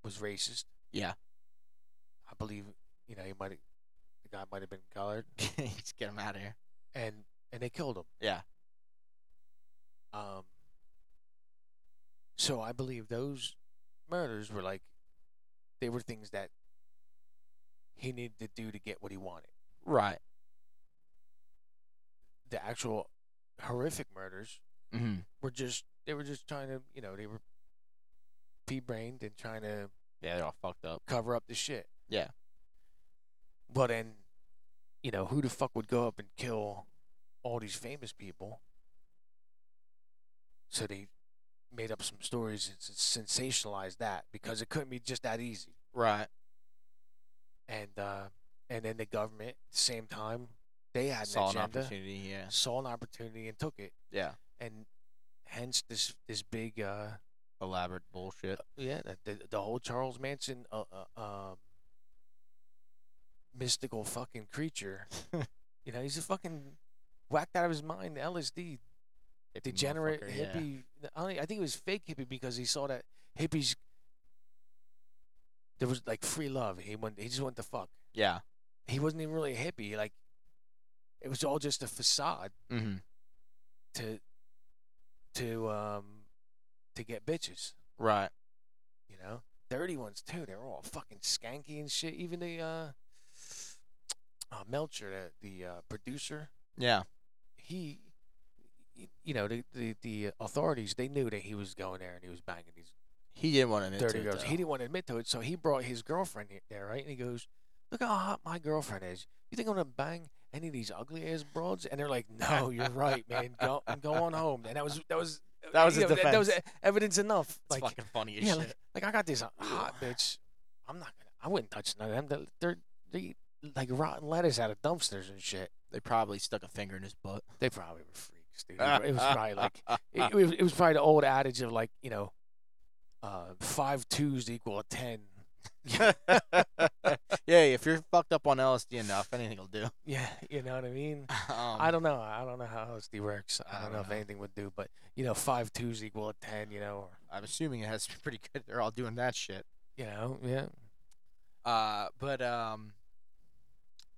S2: was racist.
S1: Yeah.
S2: I believe you know he might have the guy might have been colored
S1: Just get him out of here.
S2: and and they killed him.
S1: Yeah.
S2: Um. So I believe those murders were like they were things that he needed to do to get what he wanted.
S1: Right.
S2: The actual horrific murders
S1: Mm-hmm.
S2: were just they were just trying to you know they were pea brained and trying to
S1: Yeah, they're all fucked up.
S2: cover up the shit.
S1: Yeah.
S2: But then, you know, who the fuck would go up and kill all these famous people? So they made up some stories and s- sensationalized that because it couldn't be just that easy.
S1: Right.
S2: And uh, and then the government, at the same time, they had an
S1: Saw an
S2: agenda,
S1: opportunity. Yeah.
S2: saw an opportunity and took it,
S1: Yeah.
S2: and hence this this big uh,
S1: Elaborate bullshit.
S2: yeah the- the, the whole Charles Manson uh, uh, um, mystical fucking creature. You know, he's a fucking whacked out of his mind LSD
S1: Hippie
S2: degenerate
S1: motherfucker, yeah.
S2: hippie. I, don't, e, I think it was fake hippie because he saw that hippies there was like free love. He went. He just went to fuck.
S1: Yeah.
S2: He wasn't even really a hippie. Like it was all just a facade
S1: Mm-hmm.
S2: to to um to get bitches.
S1: Right.
S2: You know, dirty ones too. They're all fucking skanky and shit. Even the uh, uh Melcher, the, the uh, producer.
S1: Yeah.
S2: he, y- you know, the, the the authorities they knew that he was going there and he was banging these
S1: He didn't want to admit
S2: dirty
S1: to it,
S2: girls.
S1: though.
S2: He didn't want to admit to it, so he brought his girlfriend he- there, right? And he goes, "Look how hot my girlfriend is. You think I'm gonna bang any of these ugly ass broads?" And they're like, "No, you're right, man. Go, I'm going home." And that was that was
S1: That was
S2: you
S1: his
S2: know, That, was evidence enough.
S1: It's
S2: Like,
S1: fucking funny as
S2: yeah,
S1: shit.
S2: like, like I got this uh, hot bitch. I'm not gonna. I wouldn't touch none of them. They're- They're they eat like rotten lettuce out of dumpsters and shit.
S1: they probably stuck a finger in his butt.
S2: They probably were freaks, dude. It was probably like it, it was, it was probably the old adage of like you know, uh, five twos equal a ten.
S1: yeah, if you're fucked up on LSD enough, anything will do.
S2: Yeah, you know what I mean.
S1: Um,
S2: I don't know. I don't know how LSD works. I don't, know, if
S1: know.
S2: anything would do, but you know, five twos equal a ten. You know, or,
S1: I'm assuming it has to be pretty good. They're all doing that shit.
S2: you know, yeah.
S1: Uh, but um,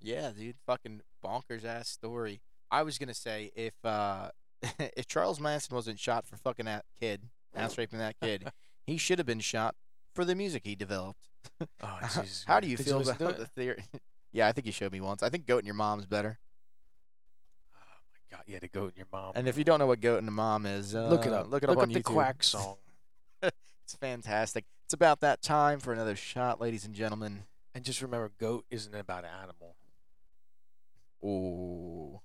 S1: yeah, dude, fucking bonkers ass story. I was gonna say if uh, if Charles Manson wasn't shot for fucking that kid, ass raping that kid, he should have been shot for the music he developed.
S2: Oh, Jesus.
S1: How do you
S2: Did
S1: feel
S2: listen to
S1: about
S2: it?
S1: the theory? yeah, I think you showed me once. I think "Goat and Your Mom's" better.
S2: Oh my God, yeah, the goat and your mom.
S1: And if you don't know what "Goat and the Mom" is, uh,
S2: look it up.
S1: Look it up on
S2: the
S1: YouTube.
S2: Quack song.
S1: It's fantastic. It's about that time for another shot, ladies and gentlemen.
S2: And just remember, goat isn't about an animal.
S1: Ooh,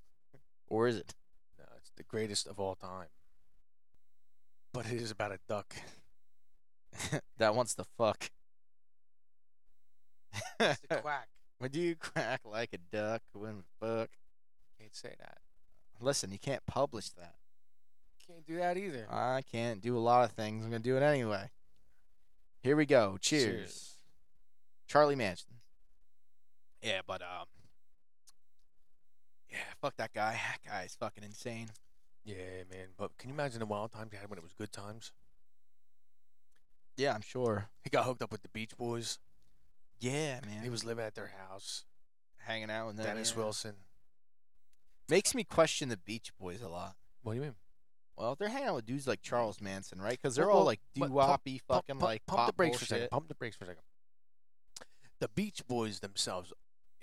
S1: or is it?
S2: No, it's the greatest of all time. But it is about a duck.
S1: that wants to fuck.
S2: It's a quack.
S1: Would you crack like a duck when fuck?
S2: Can't say that.
S1: Listen, you can't publish that.
S2: Can't do that either.
S1: I can't do a lot of things. I'm gonna do it anyway. Here we go. Cheers.
S2: Cheers.
S1: Charlie Manson. Yeah, but um, yeah, fuck that guy. That guy is fucking insane.
S2: Yeah, man. But can you imagine the wild times you had when it was good times?
S1: Yeah, I'm sure.
S2: He got hooked up with the Beach Boys.
S1: Yeah, man.
S2: He was living at their house.
S1: hanging out with them.
S2: Dennis
S1: yeah.
S2: Wilson.
S1: Makes me question the Beach Boys a lot.
S2: What do you mean?
S1: Well, if they're hanging out with dudes like Charles Manson, right? Because they're
S2: Well,
S1: all
S2: well,
S1: like
S2: but
S1: doo
S2: pump-
S1: woppy,
S2: Pump-
S1: fucking
S2: pump-
S1: like
S2: pump the
S1: pop
S2: brakes for a second.
S1: bullshit.
S2: Pump the brakes for a second. The Beach Boys themselves,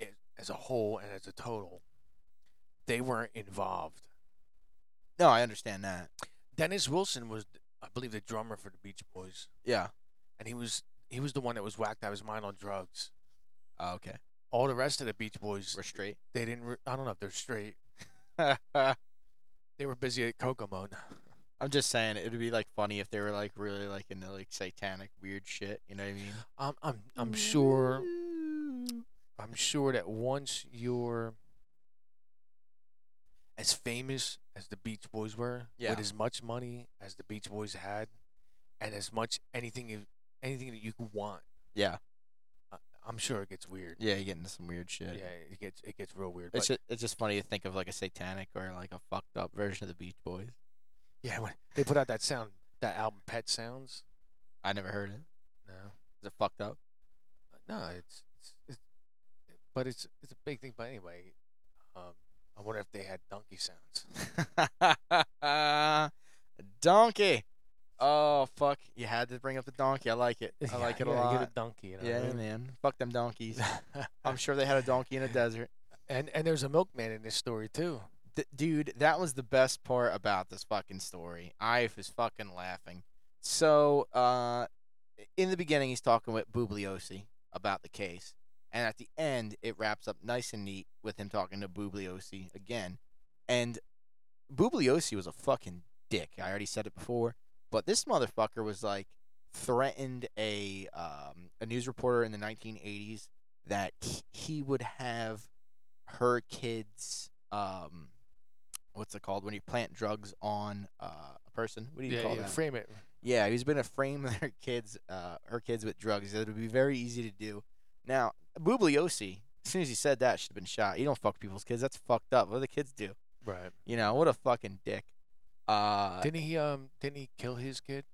S2: a- as a whole and as a total, they weren't involved.
S1: No, I understand that.
S2: Dennis Wilson was, I believe, the drummer for the Beach Boys,
S1: Yeah.
S2: and he was he was the one that was whacked out of his mind on drugs.
S1: Oh, okay.
S2: All the rest of the Beach Boys,
S1: We're straight.
S2: they didn't. Re- I don't know if they're straight.
S1: I'm
S2: They were busy at Kokomo.
S1: just saying it would be like funny if they were like really like into like satanic weird shit. You know what I mean?
S2: I'm I'm I'm sure
S1: Ooh.
S2: I'm sure that once you're as famous as the Beach Boys were,
S1: Yeah.
S2: with as much money as the Beach Boys had, and as much anything you- anything that you could want,
S1: Yeah.
S2: I, I'm sure it gets weird.
S1: Yeah, you get into some weird shit.
S2: Yeah, it gets it gets real weird.
S1: It's
S2: but
S1: just, it's just funny to think of like a satanic or like a fucked up version of the Beach Boys.
S2: yeah, when they put out that sound, that album, Pet Sounds.
S1: I never heard it.
S2: No,
S1: Is it fucked up?
S2: no, it's it's, it's but it's it's a big thing. But anyway, um, I wonder if they had donkey sounds.
S1: donkey. Oh fuck! You had to bring up the donkey. I like it. I like it a
S2: Yeah, you
S1: lot.
S2: Get a donkey. You know what I
S1: yeah,
S2: mean?
S1: man. Fuck them donkeys. I'm sure they had a donkey in a desert.
S2: And and there's a milkman in this story too.
S1: D- dude, that was the best part about this fucking story. I was fucking laughing. So, uh, in the beginning, he's talking with Bubliosi about the case, and at the end, it wraps up nice and neat with him talking to Bubliosi again. And Bubliosi was a fucking dick. I already said it before, but this motherfucker was like threatened a um, a news reporter in the 1980s that he, he would have her kids um what's it called when you plant drugs on uh, a person what do you
S2: yeah,
S1: call
S2: yeah,
S1: that
S2: frame it.
S1: yeah, he's been a frame their kids, uh, her kids with drugs. It would be very easy to do. Now, Bubliosi, as soon as he said that, should have been shot. You don't fuck people's kids. That's fucked up. What do the kids do?
S2: Right.
S1: You know, what a fucking dick. Uh, did,
S2: Didn't he um didn't he kill his kid?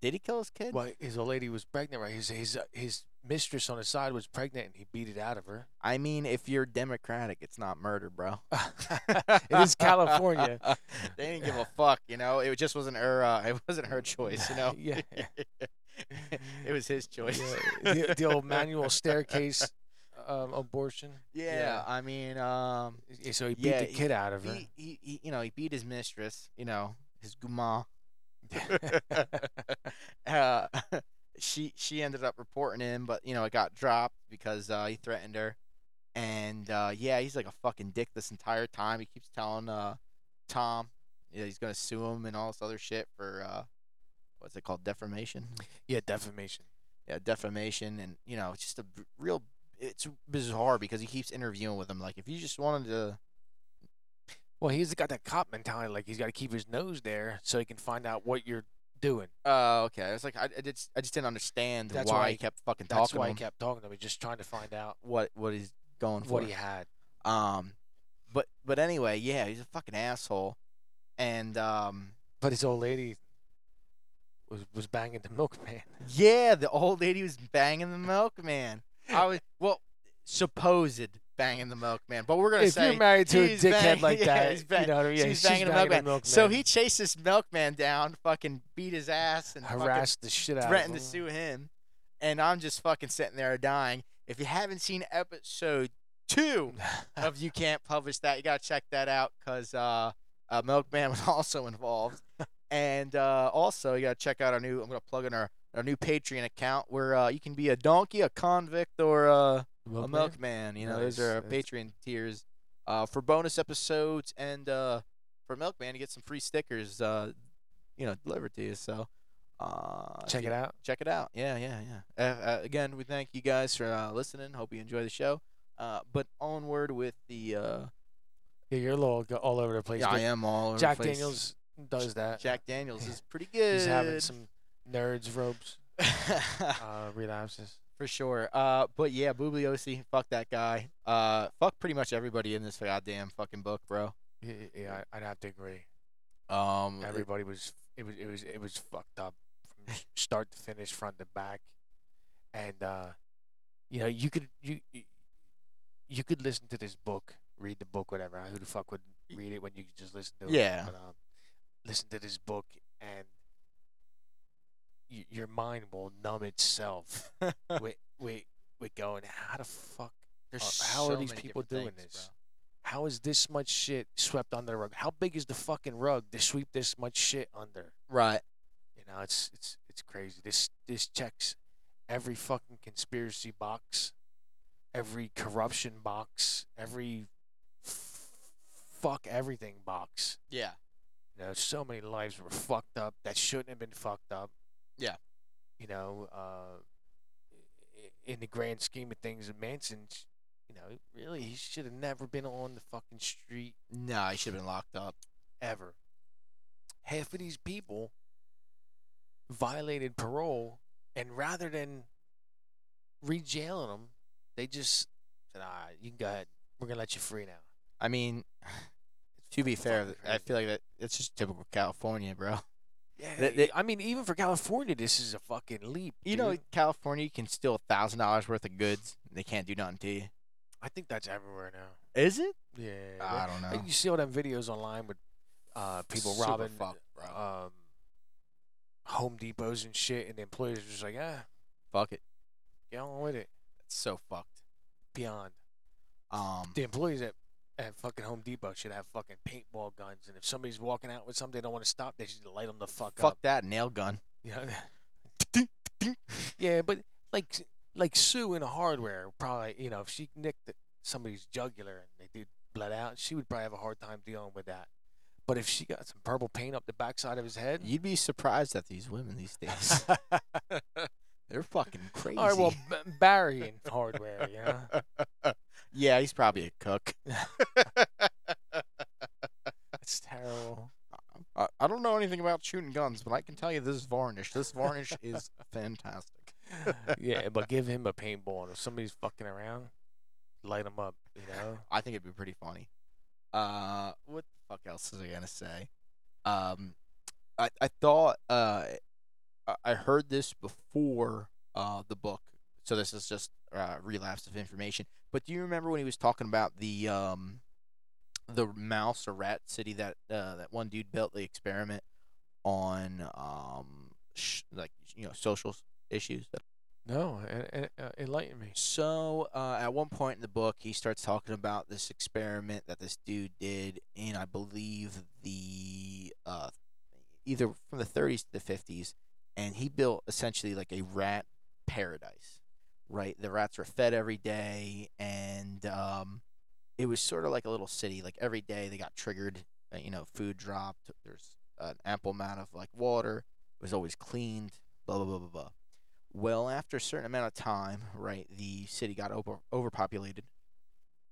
S1: he kill his kid?
S2: Well, his old lady was pregnant, right? His his uh, his mistress on his side was pregnant and he beat it out of her.
S1: I mean, if you're Democratic, it's not murder, bro.
S2: It is California.
S1: they didn't give a fuck, you know. It just wasn't her. Uh, it wasn't her choice, you know.
S2: yeah.
S1: it was his choice.
S2: yeah, the, the old manual staircase um, abortion.
S1: yeah,
S2: Yeah.
S1: I mean, um,
S2: Yeah, So he beat
S1: Yeah,
S2: the
S1: he-
S2: kid out of her.
S1: he, he, he you know he beat his mistress you know his guma uh, she she ended up reporting him but you know it got dropped because uh, he threatened her and uh, yeah he's like a fucking dick this entire time he keeps telling uh, tom you know, he's gonna sue him and all this other shit for uh, what's it called defamation
S2: yeah, defamation.
S1: yeah, defamation and you know it's just a b- real it's bizarre because he keeps interviewing with him like if you just wanted to
S2: Well, he's got that cop mentality. Like he's got to keep his nose there so he can find out what you're doing.
S1: Oh, okay. I was like, I, I just, I just didn't understand
S2: That's
S1: why
S2: why
S1: he
S2: I-
S1: kept fucking
S2: That's
S1: talking.
S2: why
S1: to
S2: he
S1: him,
S2: kept talking to him. He's just trying to find out
S1: what, what he's going for.
S2: what he had.
S1: um, but, but anyway, yeah, he's a fucking asshole, and um,
S2: But his old lady was was banging the milkman.
S1: yeah, the old lady was banging the milkman. I was well, supposed banging the milkman, but we're gonna
S2: if
S1: say
S2: you're married to a
S1: he's
S2: dickhead
S1: bang-
S2: like
S1: yeah,
S2: that,
S1: he's bang-
S2: you know what I mean? Yeah,
S1: she's
S2: she's
S1: banging the milkman.
S2: milkman.
S1: So he chased this milkman down, fucking beat his ass, and fucking
S2: harassed the shit out of
S1: threatened to
S2: him.
S1: sue him, and I'm just fucking sitting there dying. If you haven't seen episode two of You Can't Publish That, you gotta check that out because uh, uh, Milkman was also involved, and uh, also you gotta check out our new. I'm gonna plug in our our new Patreon account where uh, you can be a donkey, a convict, or uh, a milkman. You know, those
S2: Nice,
S1: are our
S2: nice.
S1: Patreon tiers uh, for bonus episodes and uh, for Milkman to get some free stickers. Uh, you know, delivered to you. So. Uh, if
S2: Check
S1: you-
S2: it out.
S1: check it out. Yeah, yeah, yeah. Uh, uh, again, we thank you guys for uh, listening. Hope you enjoy the show. Uh, but onward with the. Uh,
S2: Yeah, you're a little go- all over the place.
S1: yeah, I
S2: dude.
S1: am all over the
S2: Jack
S1: place.
S2: Daniels does that.
S1: Jack Daniels is pretty good.
S2: He's having some nerds ropes uh, relapses.
S1: For sure. Uh, but yeah, Bubliosi, fuck that guy. Uh, fuck pretty much everybody in this goddamn fucking book, bro.
S2: Yeah, yeah, I'd have to agree.
S1: Um,
S2: Everybody was it was it was it was fucked up from start to finish, front to back, and uh, you know you could you you could listen to this book, read the book, whatever. Who the fuck would read it when you could just listen to it?
S1: Yeah.
S2: But, um, listen to this book and y- your mind will numb itself with with with going how the fuck
S1: There's
S2: Uh, how are
S1: so
S2: these
S1: many
S2: people
S1: different
S2: doing
S1: things,
S2: this? how is this much shit swept under the rug? How big is the fucking rug to sweep this much shit under?
S1: bro. Right.
S2: You know, it's it's it's crazy. This this checks every fucking conspiracy box, every corruption box, every f- fuck everything box.
S1: Yeah.
S2: You know, so many lives were fucked up that shouldn't have been fucked up.
S1: Yeah.
S2: You know, uh, i- in the grand scheme of things, Manson, sh- you know, really, he should have never been on the fucking street
S1: No, he should have been locked up.
S2: ever. Half of these people violated parole, and rather than rejailing them, they just said, "Ah, you can go ahead. We're gonna let you free now."
S1: I mean, to be fair,
S2: fucking
S1: I feel
S2: crazy.
S1: like that it's just typical California, bro.
S2: Yeah,
S1: They- they-
S2: I mean, even for California, this is a fucking leap.
S1: You know,
S2: dude.
S1: California you can steal a thousand dollars worth of goods. and They can't do nothing to you.
S2: I think that's everywhere now.
S1: Is it?
S2: Yeah,
S1: I don't know.
S2: you see all them videos online with uh, people
S1: Super
S2: robbing
S1: fucked, bro.
S2: um, Home Depots and shit, and the employers are just like, "Ah,
S1: Fuck it.
S2: get on with it."
S1: It's so fucked.
S2: Beyond.
S1: Um.
S2: the employees at, at fucking Home Depot should have fucking paintball guns, and if somebody's walking out with something they don't want to stop, they should light them the fuck,
S1: Fuck
S2: up.
S1: that nail gun.
S2: You know? yeah, but like like Sue in a hardware probably you know if she nicked somebody's jugular and they did bled out, she would probably have a hard time dealing with that. But if she got some purple paint up the backside of his head,
S1: You'd be surprised at these women these days. They're fucking crazy.
S2: all right, well B- Barry in hardware, you know.
S1: yeah, he's probably a cook.
S2: That's terrible.
S1: I, I don't know anything about shooting guns, but I can tell you this varnish. This varnish is fantastic.
S2: yeah, but give him a paintball, and if somebody's fucking around, light him up. You know.
S1: I think it'd be pretty funny. Uh, what the fuck else is I gonna say? Um, I I thought uh, I- I heard this before uh the book, so this is just uh relapse of information. But do you remember when he was talking about the um the mouse or rat city that uh that one dude built the experiment on um sh- like you know social s- issues
S2: No, and, uh, enlighten me.
S1: so uh, at one point in the book, he starts talking about this experiment that this dude did in, I believe, the uh, either from the 30s to the 50s, and he built essentially like a rat paradise, right? The rats were fed every day, and um, it was sort of like a little city. Like every day, they got triggered. uh, You know, food dropped. There's an ample amount of like water. It was always cleaned. Blah blah blah blah blah. Well, after a certain amount of time, right, the city got over overpopulated,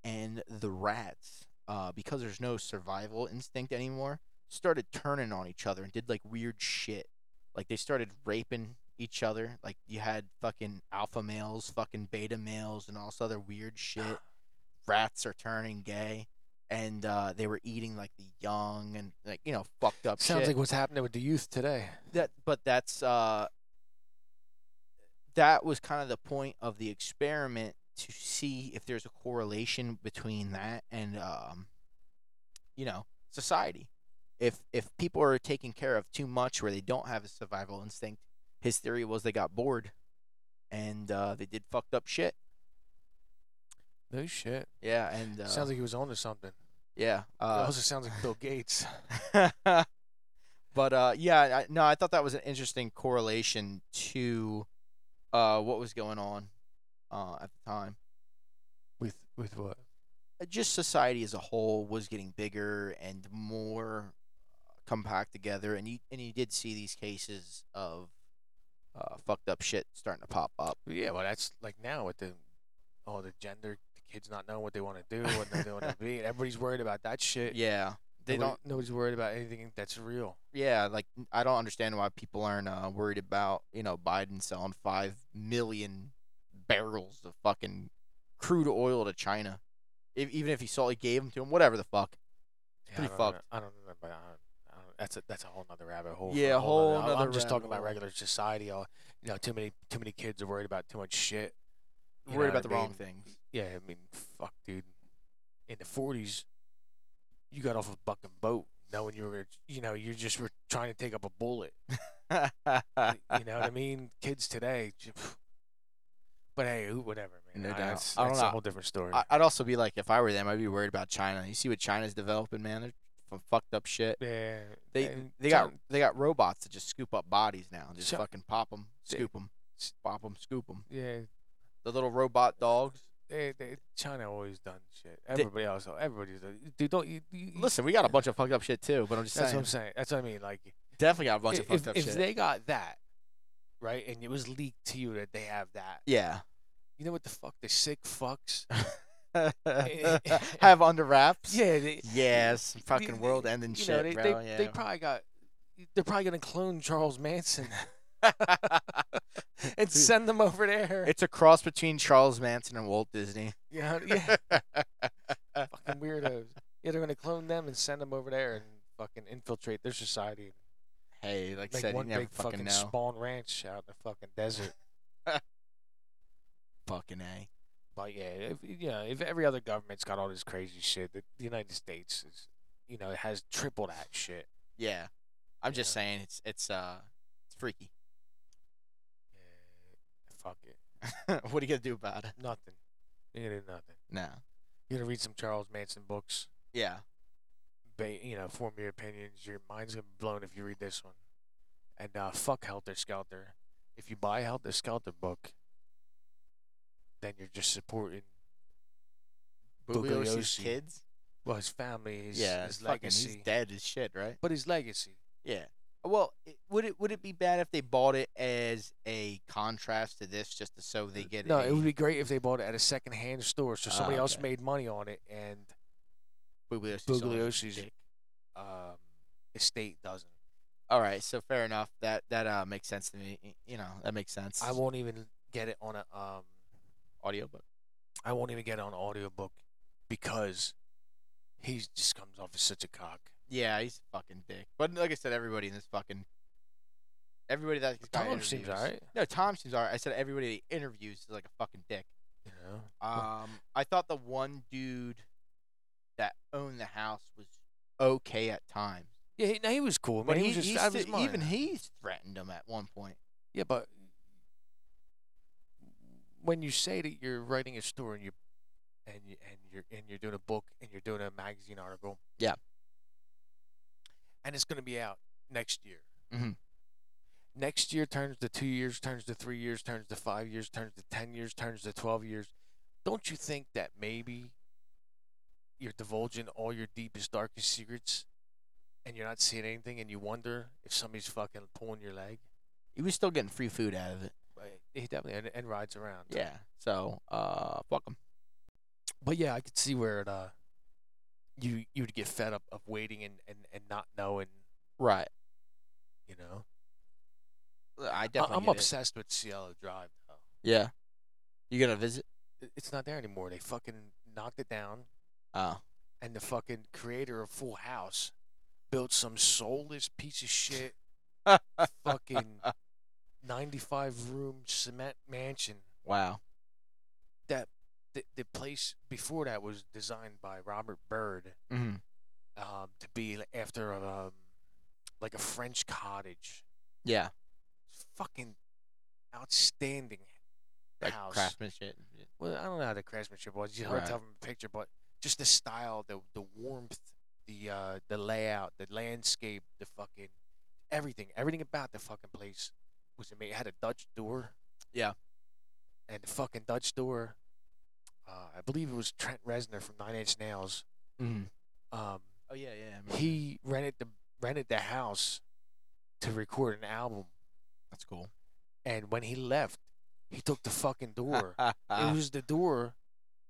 S1: and the rats, uh, because there's no survival instinct anymore, started turning on each other and did like weird shit. Like they started raping each other. Like you had fucking alpha males, fucking beta males, and all this other weird shit. Rats are turning gay, and uh, they were eating like the young and like you know fucked up.
S2: Sounds
S1: shit
S2: like what's happening with the youth today.
S1: that but that's uh that was kind of the point of the experiment to see if there's a correlation between that and um you know society if if people are taken care of too much where they don't have a survival instinct his theory was they got bored and uh they did fucked up shit
S2: No shit.
S1: yeah and uh,
S2: Sounds like he was onto something.
S1: yeah
S2: it
S1: uh
S2: also sounds like Bill Gates.
S1: but uh, yeah, I, no, I thought that was an interesting correlation to uh, what was going on uh, at the time.
S2: with with what?
S1: Uh, Just society as a whole was getting bigger and more uh, compact together, and you and you did see these cases of uh, fucked up shit starting to pop up.
S2: Yeah, well, that's like now with the all the gender, the kids not knowing what they want to do, what they want to be. and Everybody's worried about that shit.
S1: Yeah, they
S2: Nobody-
S1: don't.
S2: Nobody's worried about anything that's real.
S1: Yeah, like I don't understand why people aren't uh, worried about you know Biden selling five million barrels of fucking crude oil to China, if, even if he saw he gave them to him, whatever the fuck. Pretty
S2: Yeah, I don't know-
S1: fucked.
S2: I don't know about. I don't, I don't, that's a that's a whole nother rabbit hole.
S1: Yeah,
S2: a
S1: whole
S2: whole nother- I'm- I'm
S1: nother
S2: just talking
S1: rabbit
S2: about
S1: hole.
S2: regular society. All you know, too many too many kids are worried about too much shit. You know
S1: worried
S2: what I
S1: about the wrong
S2: mean?
S1: things.
S2: Yeah, I mean, fuck, dude. In the '40s, you got off a fucking boat knowing you were, you know, you just were trying to take up a bullet. you know what I mean? Kids today. j- phew. But hey, who- whatever, man.
S1: No doubt.
S2: I- That's,
S1: I don't
S2: that's
S1: know.
S2: a whole different story.
S1: I- I'd also be like, if I were them, I'd be worried about China. You see what China's developing, man? They're some fucked up shit.
S2: yeah,
S1: They
S2: and
S1: they got
S2: China-
S1: they got robots that just scoop up bodies now and just
S2: Chi-
S1: fucking pop them,
S2: They-
S1: scoop them, pop them, scoop them.
S2: yeah.
S1: The little robot dogs.
S2: They, they, China always done shit. Everybody else, everybody's done- dude. Don't you, you you-
S1: Listen, we got a bunch of fucked up shit too, but I'm just
S2: That's what
S1: saying,
S2: I'm saying. That's what I mean. Like,
S1: definitely got a bunch
S2: if,
S1: of fucked up
S2: if
S1: shit.
S2: they got that, right, and it was leaked to you that they have that,
S1: yeah,
S2: you know what the fuck? The sick fucks.
S1: have under wraps.
S2: yeah. They,
S1: Yes,
S2: you-
S1: fucking world ending
S2: you
S1: shit,
S2: know, they,
S1: bro.
S2: they,
S1: yeah.
S2: they probably got. They're probably gonna clone Charles Manson and send them over there.
S1: it's a cross between Charles Manson and Walt Disney.
S2: Yeah, yeah, fucking weirdos. Yeah, they're gonna clone them and send them over there and fucking infiltrate their society.
S1: hey, like I
S2: Make
S1: said, you
S2: one
S1: never
S2: big fucking
S1: know.
S2: spawn ranch out in the fucking desert.
S1: fucking a.
S2: But yeah, if, you know, if every other government's got all this crazy shit, the, the United States is, you know, has triple that shit.
S1: Yeah, I'm just
S2: Yeah.
S1: saying it's it's uh it's freaky.
S2: Yeah, fuck it,
S1: what are you gonna do about it?
S2: nothing. You gonna do nothing.
S1: No.
S2: You gonna read some Charles Manson books.
S1: Yeah.
S2: Ba- you know, form your opinions. Your mind's gonna be blown if you read this one. And uh, fuck Helter Skelter. If you buy a Helter Skelter book, then you're just supporting
S1: Bugliosi's
S2: Bugliosi.
S1: kids.
S2: well his family, his,
S1: yeah.
S2: his
S1: fucking, he's
S2: legacy.
S1: dead as shit, right?
S2: But his legacy.
S1: Yeah. Well, it, would it would it be bad if they bought it as a contrast to this, just to, so they get
S2: Uh, no,
S1: a
S2: it would be great if they bought it at a secondhand store, so
S1: Ah,
S2: somebody else
S1: okay.
S2: made money on it, and
S1: Bugliosi song?
S2: Bugliosi's
S1: dick.
S2: um, estate doesn't.
S1: All right, so fair enough. That that uh makes sense to me. Y- You know, that makes sense.
S2: I won't even get it on a um,
S1: audiobook.
S2: I won't even get it on audiobook because he just comes off as such a cock.
S1: Yeah, he's a fucking dick. But like I said, everybody in this fucking everybody that this guy
S2: Tom seems
S1: interviews-
S2: alright,
S1: No, Tom seems alright. I said everybody that he interviews is like a fucking dick.
S2: you know.
S1: Um, I thought the one dude that owned the house was okay at times,
S2: Yeah, he, no, he was cool. Man,
S1: but
S2: he,
S1: he,
S2: was
S1: he's
S2: just out of his
S1: sti-
S2: mind.
S1: even he's threatened him at one point.
S2: Yeah, but when you say that you're writing a story and you and you, and you're and you're doing a book and you're doing a magazine article,
S1: Yeah.
S2: and it's going to be out next year.
S1: Mhm.
S2: Next year turns to two years, turns to three years, turns to five years, turns to ten years, turns to twelve years. Don't you think that maybe you're divulging all your deepest, darkest secrets, and you're not seeing anything, and you wonder if somebody's fucking pulling your leg?
S1: He was still getting free food out of it.
S2: Right. He definitely and, and rides around.
S1: Yeah. So, uh, fuck him.
S2: But yeah, I could see where it uh you you would get fed up of waiting and, and, and not knowing,
S1: Right. Uh,
S2: you know.
S1: I
S2: I,
S1: definitely.
S2: I'm
S1: get it.
S2: obsessed with Cielo Drive though.
S1: Yeah. You gonna visit?
S2: It- It's not there anymore. They fucking knocked it down
S1: Oh.
S2: and the fucking creator of Full House built some soulless piece of shit fucking 95 room cement mansion.
S1: Wow.
S2: That the, the place before that was designed by Robert Byrd.
S1: hmm
S2: um, to be like, after um, like a French cottage.
S1: Yeah.
S2: Fucking outstanding
S1: Like
S2: house.
S1: craftsmanship.
S2: Well, I don't know how the craftsmanship was. You hard
S1: Right.
S2: tell from the picture, but just the style, the the warmth, the uh, the layout, the landscape, the fucking everything, everything about the fucking place was amazing. It had a Dutch door.
S1: Yeah.
S2: And the fucking Dutch door. Uh, I believe it was Trent Reznor from Nine Inch Nails.
S1: Mm-hmm.
S2: Um,
S1: Oh yeah, yeah. I remember.
S2: he rented the rented the house to record an album
S1: That's cool.
S2: and when he left he took the fucking door it
S1: Ah,
S2: was the door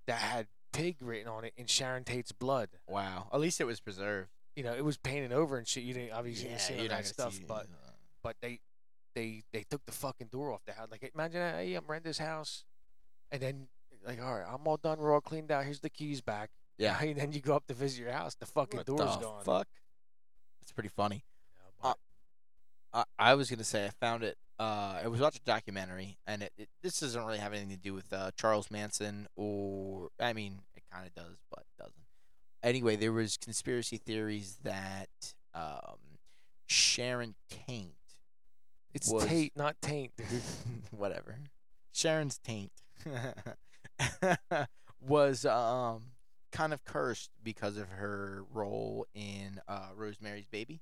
S2: that had pig written on it in sharon tate's blood
S1: wow. At least it was preserved.
S2: you know, it was painted over and shit. You didn't obviously
S1: yeah,
S2: didn't see all
S1: you're not
S2: that
S1: gonna
S2: stuff,
S1: see-
S2: but but they they they took the fucking door off the house. Like imagine, hey, I'm renting this house, and then like, all right, I'm all done. We're all cleaned out. Here's the keys back.
S1: yeah.
S2: and then you go up to visit your house. The fucking
S1: What
S2: door's
S1: the
S2: gone.
S1: Fuck. It's pretty funny.
S2: You know, but-
S1: I, I was gonna say I found it. Uh, I was watching a documentary, and it, it this doesn't really have anything to do with uh, Charles Manson, or I mean, it kind of does, but it doesn't. Anyway, there was conspiracy theories that um, Sharon Taint,
S2: it's
S1: was-
S2: Tate, not Taint. dude.
S1: whatever, Sharon's Taint, was um, kind of cursed because of her role in uh, Rosemary's Baby.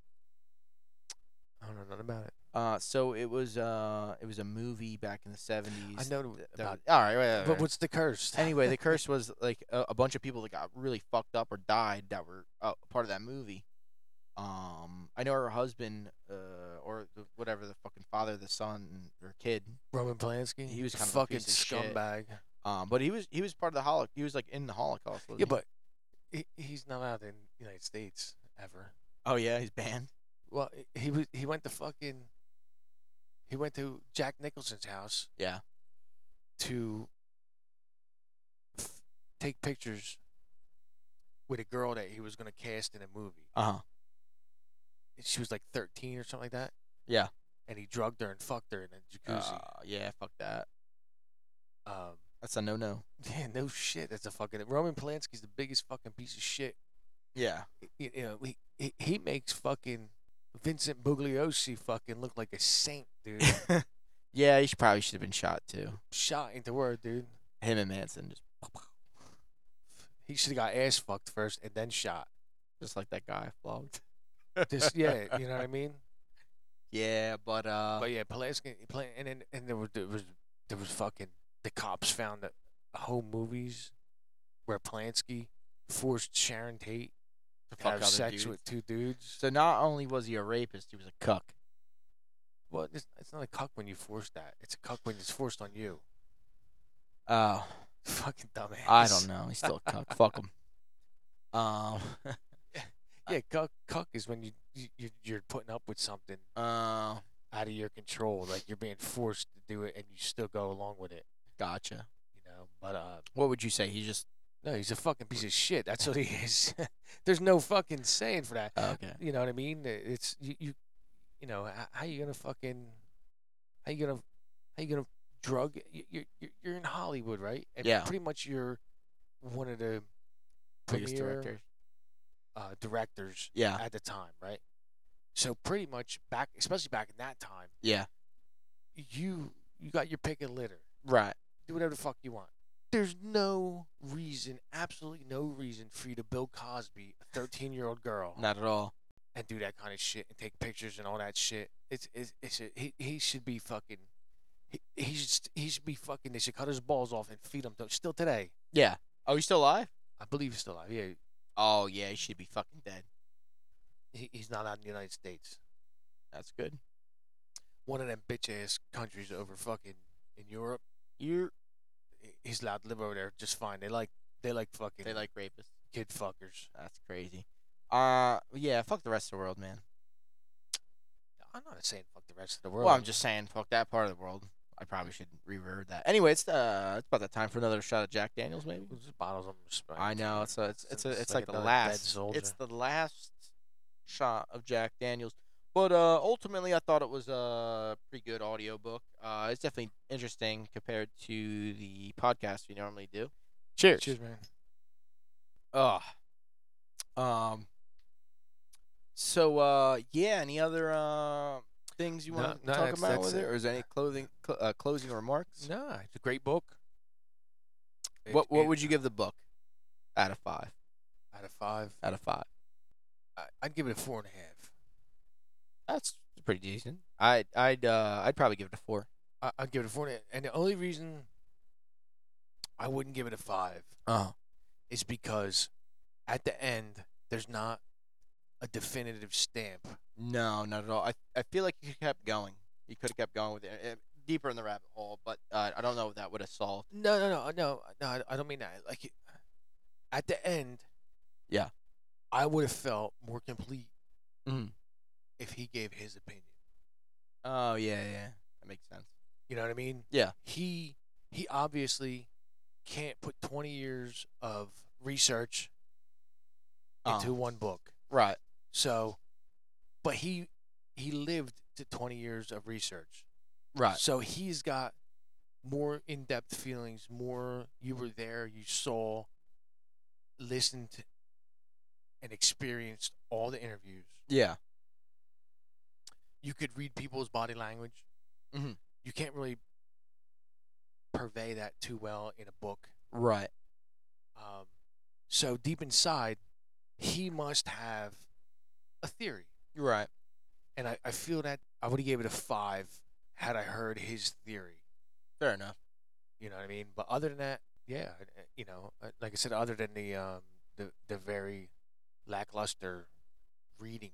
S2: I don't know nothing about it.
S1: Uh, so it was uh, it was a movie back in the seventies.
S2: I know the- the-
S1: about. All right, right, right,
S2: but
S1: right.
S2: what's the curse?
S1: anyway, the curse was like a, a bunch of people that got really fucked up or died that were uh, part of that movie. Um, I know her husband, uh, or the, whatever the fucking father, of the son or kid.
S2: Roman Polanski.
S1: He was kind of a
S2: fucking
S1: piece of shit.
S2: scumbag.
S1: Um, but he was he was part of the holocaust. He was like in the Holocaust. wasn't he?
S2: Yeah, but he, he's not out in the United States ever.
S1: oh yeah, he's banned.
S2: Well, he- he was he went to fucking he went to Jack Nicholson's house
S1: Yeah,
S2: to f- take pictures with a girl that he was going to cast in a movie.
S1: uh huh.
S2: She was like 13 or something like that.
S1: Yeah.
S2: And he drugged her and fucked her in a jacuzzi.
S1: Uh, yeah, fuck that. Uh,
S2: um,
S1: That's a no no.
S2: yeah, no shit. That's a fucking Roman Polanski's the biggest fucking piece of shit.
S1: Yeah,
S2: You, you know, he, he he makes fucking Vincent Bugliosi fucking look like a saint, dude.
S1: yeah. He should, probably should have been shot too.
S2: Shot into word, dude.
S1: Him and Manson just
S2: He should have got ass fucked first and then shot.
S1: just like that guy flogged.
S2: Just yeah, you know what I mean.
S1: Yeah, but uh,
S2: But yeah, Polanski, Polan- and then and there was there was there was fucking the cops found the home movies where Polanski forced Sharon Tate
S1: to
S2: to
S1: fuck
S2: have
S1: other
S2: sex
S1: dudes.
S2: with two dudes.
S1: So not only was he a rapist, he was a cuck.
S2: Well, it's, it's not a cuck when you force that. It's a cuck when it's forced on you.
S1: Oh,
S2: Fucking dumbass.
S1: I don't know. He's still a cuck. Fuck him. Um,
S2: Yeah, cuck cuck is when you, you you- you're putting up with something
S1: uh,
S2: out of your control, like you're being forced to do it and you still go along with it.
S1: gotcha.
S2: You know, but uh,
S1: What would you say? He just
S2: no, he's a fucking piece of shit. That's what he is. There's no fucking saying for that.
S1: okay.
S2: You know what I mean? It's you, you, you know, h- how you gonna fucking, how you gonna, how you gonna drug? you- You're you're, you're in Hollywood, right? And
S1: Yeah.
S2: Pretty much, you're one of the
S1: Biggest
S2: premier,
S1: director.
S2: uh, directors
S1: Yeah,
S2: at the time, right? So pretty much back, especially back in that time,
S1: yeah.
S2: you you got your pick and litter.
S1: Right.
S2: Do whatever the fuck you want. There's no reason, absolutely no reason, for you to Bill Cosby a 13 year old girl
S1: Not at all.
S2: and do that kind of shit and take pictures and all that shit. It's it's, it's a, he he should be fucking. He, he should st- he should be fucking. They should cut his balls off and feed him. To, still today,
S1: Yeah. Oh, he's still alive?
S2: I believe he's still alive. Yeah,
S1: Oh yeah, he should be fucking dead.
S2: he, he's not out in the United States.
S1: That's good.
S2: One of them bitch ass countries over fucking in Europe.
S1: You're
S2: he- he's allowed to live over there just fine. They like they like fucking
S1: they like rapists.
S2: kid fuckers.
S1: That's crazy. Uh, yeah. Fuck the rest of the world, man.
S2: I'm not saying fuck the rest of the world.
S1: Well, I'm just saying, fuck that part of the world. I probably should revert that. Anyway, it's uh, it's about that time for another shot of Jack Daniels, maybe.
S2: It's just bottles on the spine.
S1: I know it's a, it's it's, a, it's, like, the
S2: another dead
S1: last
S2: soldier.
S1: it's the last shot of Jack Daniels. But uh, ultimately, I thought it was a pretty good audiobook. Uh, it's definitely interesting compared to the podcast we normally do. Cheers.
S2: Cheers, man.
S1: Ugh. Um. So uh, yeah. Any other uh things you
S2: No,
S1: want to
S2: no,
S1: talk
S2: that's-
S1: about
S2: that's
S1: with it,
S2: it.
S1: or is there any clothing cl- uh, closing remarks?
S2: Nah, it's a great book. It-
S1: What what
S2: it-
S1: would you give the book? Out of five.
S2: out of five?
S1: Out of five.
S2: I, I'd give it a four and a half.
S1: That's pretty decent. I'd I'd uh, I'd probably give it a four.
S2: I, I'd give it a four and a half. And the only reason I wouldn't give it a five
S1: Oh.
S2: is because at the end there's not a definitive stamp.
S1: No, not at all. I I feel like you kept going. You could have kept going with it eh, deeper in the rabbit hole, but uh, I don't know if that would have solved.
S2: No, no, no, no, no. I- I don't mean that. Like, at the end.
S1: Yeah.
S2: I would have felt more complete
S1: Mhm.
S2: if he gave his opinion.
S1: Oh yeah, yeah. That makes sense.
S2: You know what I mean?
S1: Yeah.
S2: He he obviously can't put 20 years of research
S1: Uh,
S2: into one book.
S1: right.
S2: So, but he he lived to 20 years of research.
S1: Right.
S2: So he's got more in-depth feelings, more you were there, you saw, listened and experienced all the interviews.
S1: Yeah.
S2: You could read people's body language.
S1: Mhm.
S2: You can't really purvey that too well in a book.
S1: Right.
S2: Um, so deep inside, he must have a theory.
S1: Right.
S2: and I, I feel that I would have gave it a five had I heard his theory.
S1: Fair enough.
S2: You know what I mean? But other than that, yeah, I- I- you know, I- like I said, other than the um the the very lackluster reading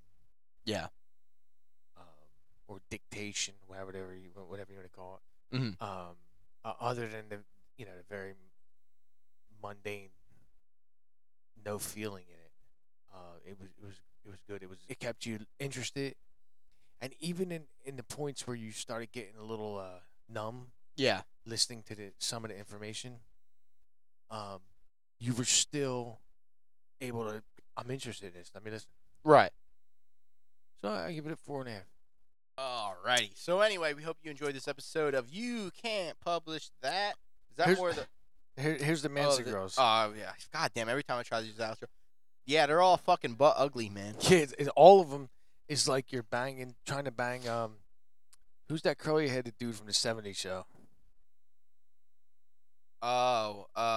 S1: Yeah.
S2: um, or dictation, whatever whatever you, whatever you want to call it.
S1: Mhm.
S2: Um, uh, other than the you know the very mundane, no feeling in it. Uh, it was it was it was good. It was it kept you interested, and even in in the points where you started getting a little uh, numb
S1: Yeah.
S2: listening to the some of the information, um, you were still able to. I'm interested in this. Let me listen.
S1: Right.
S2: So I give it a four and a half.
S1: Alrighty. So anyway, we hope you enjoyed this episode of You Can't Publish That. Is that
S2: Here's-
S1: more the
S2: Here, here's the
S1: oh,
S2: Manson
S1: the-
S2: girls.
S1: Oh yeah. God damn, every time I try to use the outro. Yeah, they're all fucking butt ugly, man.
S2: Yeah, it's, it's- all of them is like you're banging, trying to bang. Um, who's that curly-headed dude from the '70s show?
S1: Oh, uh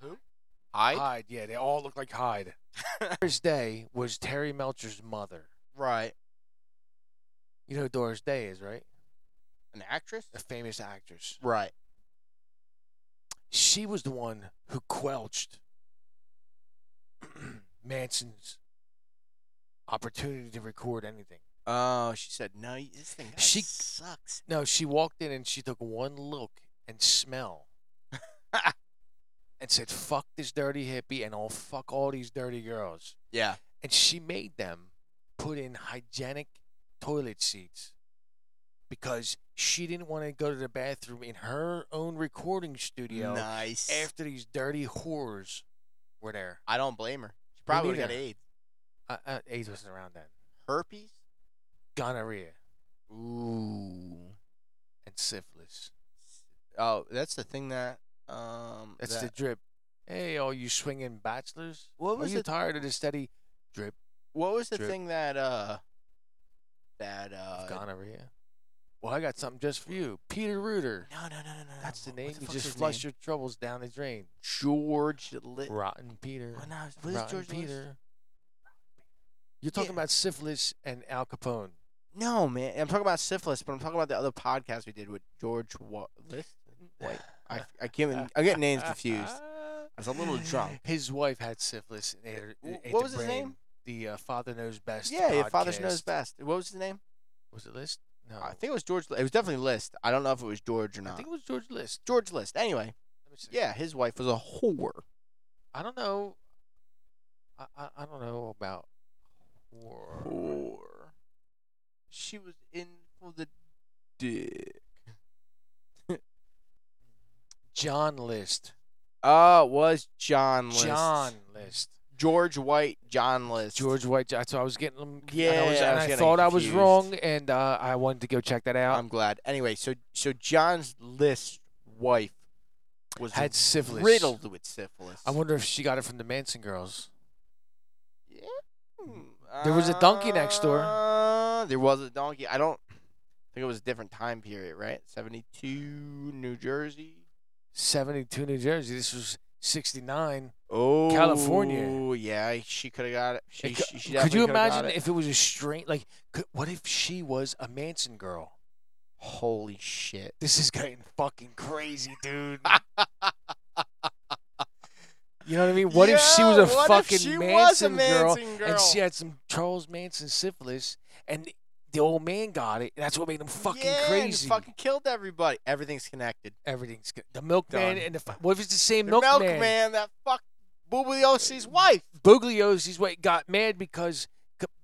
S1: who? I
S2: Hyde. Yeah, they all look like Hyde. Doris Day was Terry Melcher's mother.
S1: right.
S2: You know who Doris Day is, right?
S1: An actress?
S2: A famous actress.
S1: Right.
S2: She was the one who quelched Manson's opportunity to record anything.
S1: Oh, she said no. y- This thing kinda
S2: She-
S1: sucks.
S2: No, she walked in and she took one look and smell and said, fuck this dirty hippie and I'll fuck all these dirty girls.
S1: Yeah.
S2: And she made them put in hygienic toilet seats because she didn't want to go to the bathroom in her own recording studio
S1: Nice.
S2: after these dirty whores were there.
S1: I don't blame her. She probably would got
S2: neither.
S1: AIDS,
S2: Uh, uh, AIDS wasn't around then.
S1: herpes.
S2: Gonorrhea
S1: Ooh.
S2: and syphilis.
S1: Oh, that's the thing that um.
S2: That's
S1: that-
S2: the drip. Hey, all you swinging bachelors,
S1: What
S2: are
S1: was
S2: you
S1: it-
S2: tired of the steady drip
S1: what was the
S2: drip.
S1: thing that uh that uh.
S2: of gonorrhea? Well, I got something just for you, Peter Reuter.
S1: No, no, no, no, no.
S2: That's the
S1: no. What
S2: name. you
S1: fuck's
S2: just
S1: his
S2: flush
S1: name?
S2: your troubles down the drain.
S1: George Lit.
S2: Rotten Peter.
S1: Well, no, what is
S2: Rotten
S1: George Lit-
S2: Peter. You're talking
S1: Yeah.
S2: about syphilis and Al Capone.
S1: No, man. I'm talking about syphilis, but I'm talking about the other podcast we did with George What? Wait, I I can't. I get names confused. I was a little drunk.
S2: His wife had syphilis. And ate her-
S1: Wh-
S2: ate
S1: what
S2: the
S1: was his
S2: brain.
S1: name?
S2: The uh, Father Knows Best.
S1: Yeah, yeah. Father
S2: podcast.
S1: knows best. What was his name?
S2: Was it List? No,
S1: I think it was George. It was definitely List. I don't know if it was George or
S2: I
S1: not.
S2: think it was George List.
S1: George List. Anyway,
S2: Let me see.
S1: yeah, his wife was a whore.
S2: I don't know. I I, I don't know about. War.
S1: Whore. She was in for the dick.
S2: John List.
S1: Oh, it was John List.
S2: John List.
S1: George White. John List.
S2: George White. John- So I was getting them. and I, was,
S1: Yeah, um, I
S2: and
S1: was
S2: I
S1: getting
S2: thought I was
S1: confused.
S2: wrong, and uh, I wanted to go check that out.
S1: I'm glad. Anyway, so so John's List wife was
S2: Had syphilis.
S1: riddled with syphilis.
S2: I wonder if she got it from the Manson girls.
S1: Yeah.
S2: There was a donkey next door.
S1: Uh, there was a donkey. I don't think it was a different time period, right? 72 New Jersey.
S2: 72 New Jersey. This was 69.
S1: Oh,
S2: California.
S1: Yeah, she could have got it. She,
S2: It cou-
S1: she, she
S2: could
S1: definitely
S2: you
S1: coulda got
S2: imagine
S1: it.
S2: if it was a strange, like, could, what if she was a Manson girl?
S1: Holy shit.
S2: This is getting fucking crazy, dude. you know what I mean? What if she was
S1: Yo,
S2: a
S1: what if
S2: fucking
S1: she
S2: Manson,
S1: was a
S2: girl,
S1: Manson
S2: and she
S1: girl?
S2: had some Charles Manson syphilis and the old man got it? And that's what made him fucking
S1: Yeah, and
S2: crazy.
S1: fucking killed everybody. Everything's connected.
S2: Everything's good. The milkman
S1: Done.
S2: and the fu- what if it's the same
S1: The
S2: milkman?
S1: milkman, that fuck Bugliosi's wife.
S2: Bugliosi's way got mad because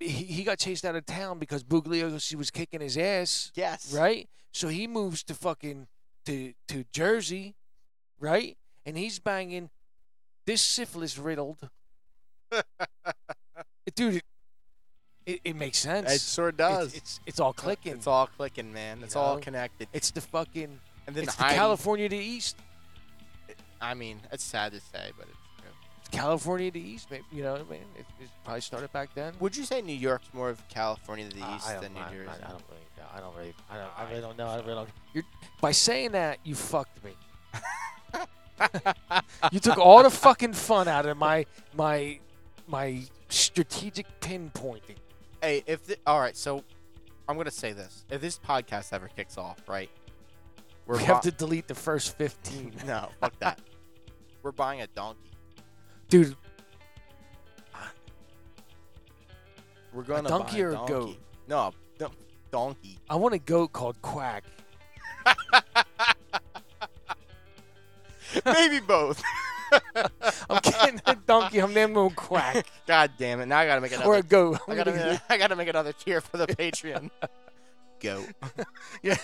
S2: c- he, he got chased out of town because Bugliosi was kicking his ass,
S1: Yes.
S2: right? So he moves to fucking to to Jersey, right? And he's banging this syphilis riddled dude. It, it, it makes sense.
S1: It sure
S2: It's-
S1: does.
S2: It's, it's all clicking.
S1: It's all clicking, man.
S2: You
S1: It's all
S2: know?
S1: connected.
S2: It's the fucking.
S1: And then
S2: It's the
S1: Heidi-
S2: California to East.
S1: I mean, it's sad to say, but it's true.
S2: It's California to East. Maybe, you know what I mean? It, it probably started back then.
S1: Would you say New York's more of California to the
S2: I-
S1: east
S2: I don't-
S1: than New
S2: I- I-
S1: Jersey?
S2: I, don't really know. I don't really. I, don't, I really don't know. I really don't. You're, by saying that, you fucked me. you took all the fucking fun out of my my my strategic pinpointing.
S1: hey, if the, all right, so I'm gonna say this: if this podcast ever kicks off, right, we're
S2: We have
S1: bu-
S2: to delete the first fifteen,
S1: no, fuck that. We're buying a donkey.
S2: dude.
S1: We're gonna
S2: donkey
S1: buy
S2: or a
S1: a donkey.
S2: goat?
S1: No, a dun- donkey.
S2: I want a goat called Quack.
S1: Maybe both.
S2: I'm getting a donkey. I'm naming him Quack
S1: God damn it! Now I gotta make another.
S2: or a goat.
S1: I gotta, make- I gotta make another tier for the Patreon. goat.
S2: yeah.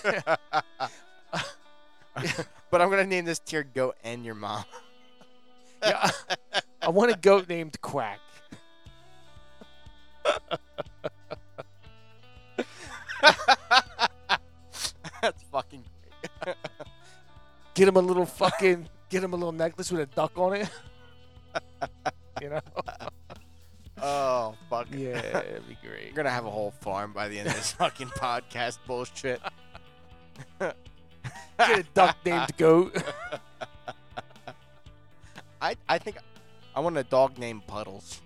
S1: But I'm gonna name this tier goat and your mom.
S2: yeah. I want a goat named Quack.
S1: That's fucking great.
S2: Get him a little fucking. get him a little necklace with a duck on it. you know.
S1: Oh fuck.
S2: it'd be
S1: You're
S2: great.
S1: gonna have a whole farm by the end of this fucking podcast bullshit.
S2: Get a duck named Goat.
S1: I, I think I want a dog named Puddles.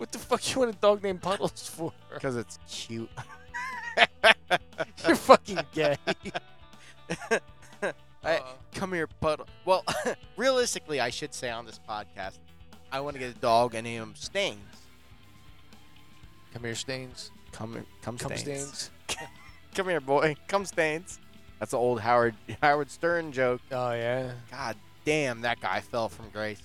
S2: What the fuck you want a dog named Puddles for?
S1: Because it's cute.
S2: You're fucking gay.
S1: Hey, come here, Puddle. Well, realistically, I should say on this podcast, I want to get a dog and name him Stains.
S2: Come here, Stains.
S1: Come here, come,
S2: Come,
S1: Stains.
S2: Stains.
S1: Come here, boy. Come Stains. That's an old Howard Howard Stern joke.
S2: Oh yeah.
S1: God damn, that guy fell from grace.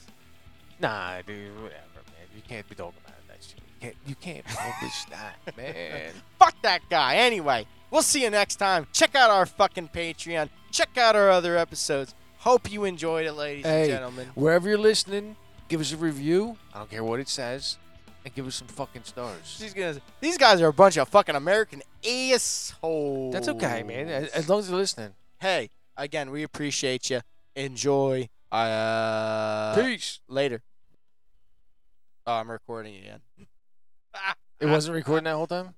S2: Nah, dude. Whatever, man. You can't be talking about that shit. You can't. You can't publish that, man.
S1: fuck that guy. Anyway, we'll see you next time. Check out our fucking Patreon. Check out our other episodes. Hope you enjoyed it, ladies
S2: Hey.
S1: and gentlemen.
S2: Wherever you're listening, give us a review. I don't care what it says, and give us some fucking stars.
S1: She's gonna. These guys are a bunch of fucking American assholes.
S2: That's okay, man. As, as long as you're listening.
S1: hey, again, we appreciate you. Enjoy. Uh,
S2: Peace.
S1: Later. Oh, I'm recording again.
S2: It wasn't recording that whole time.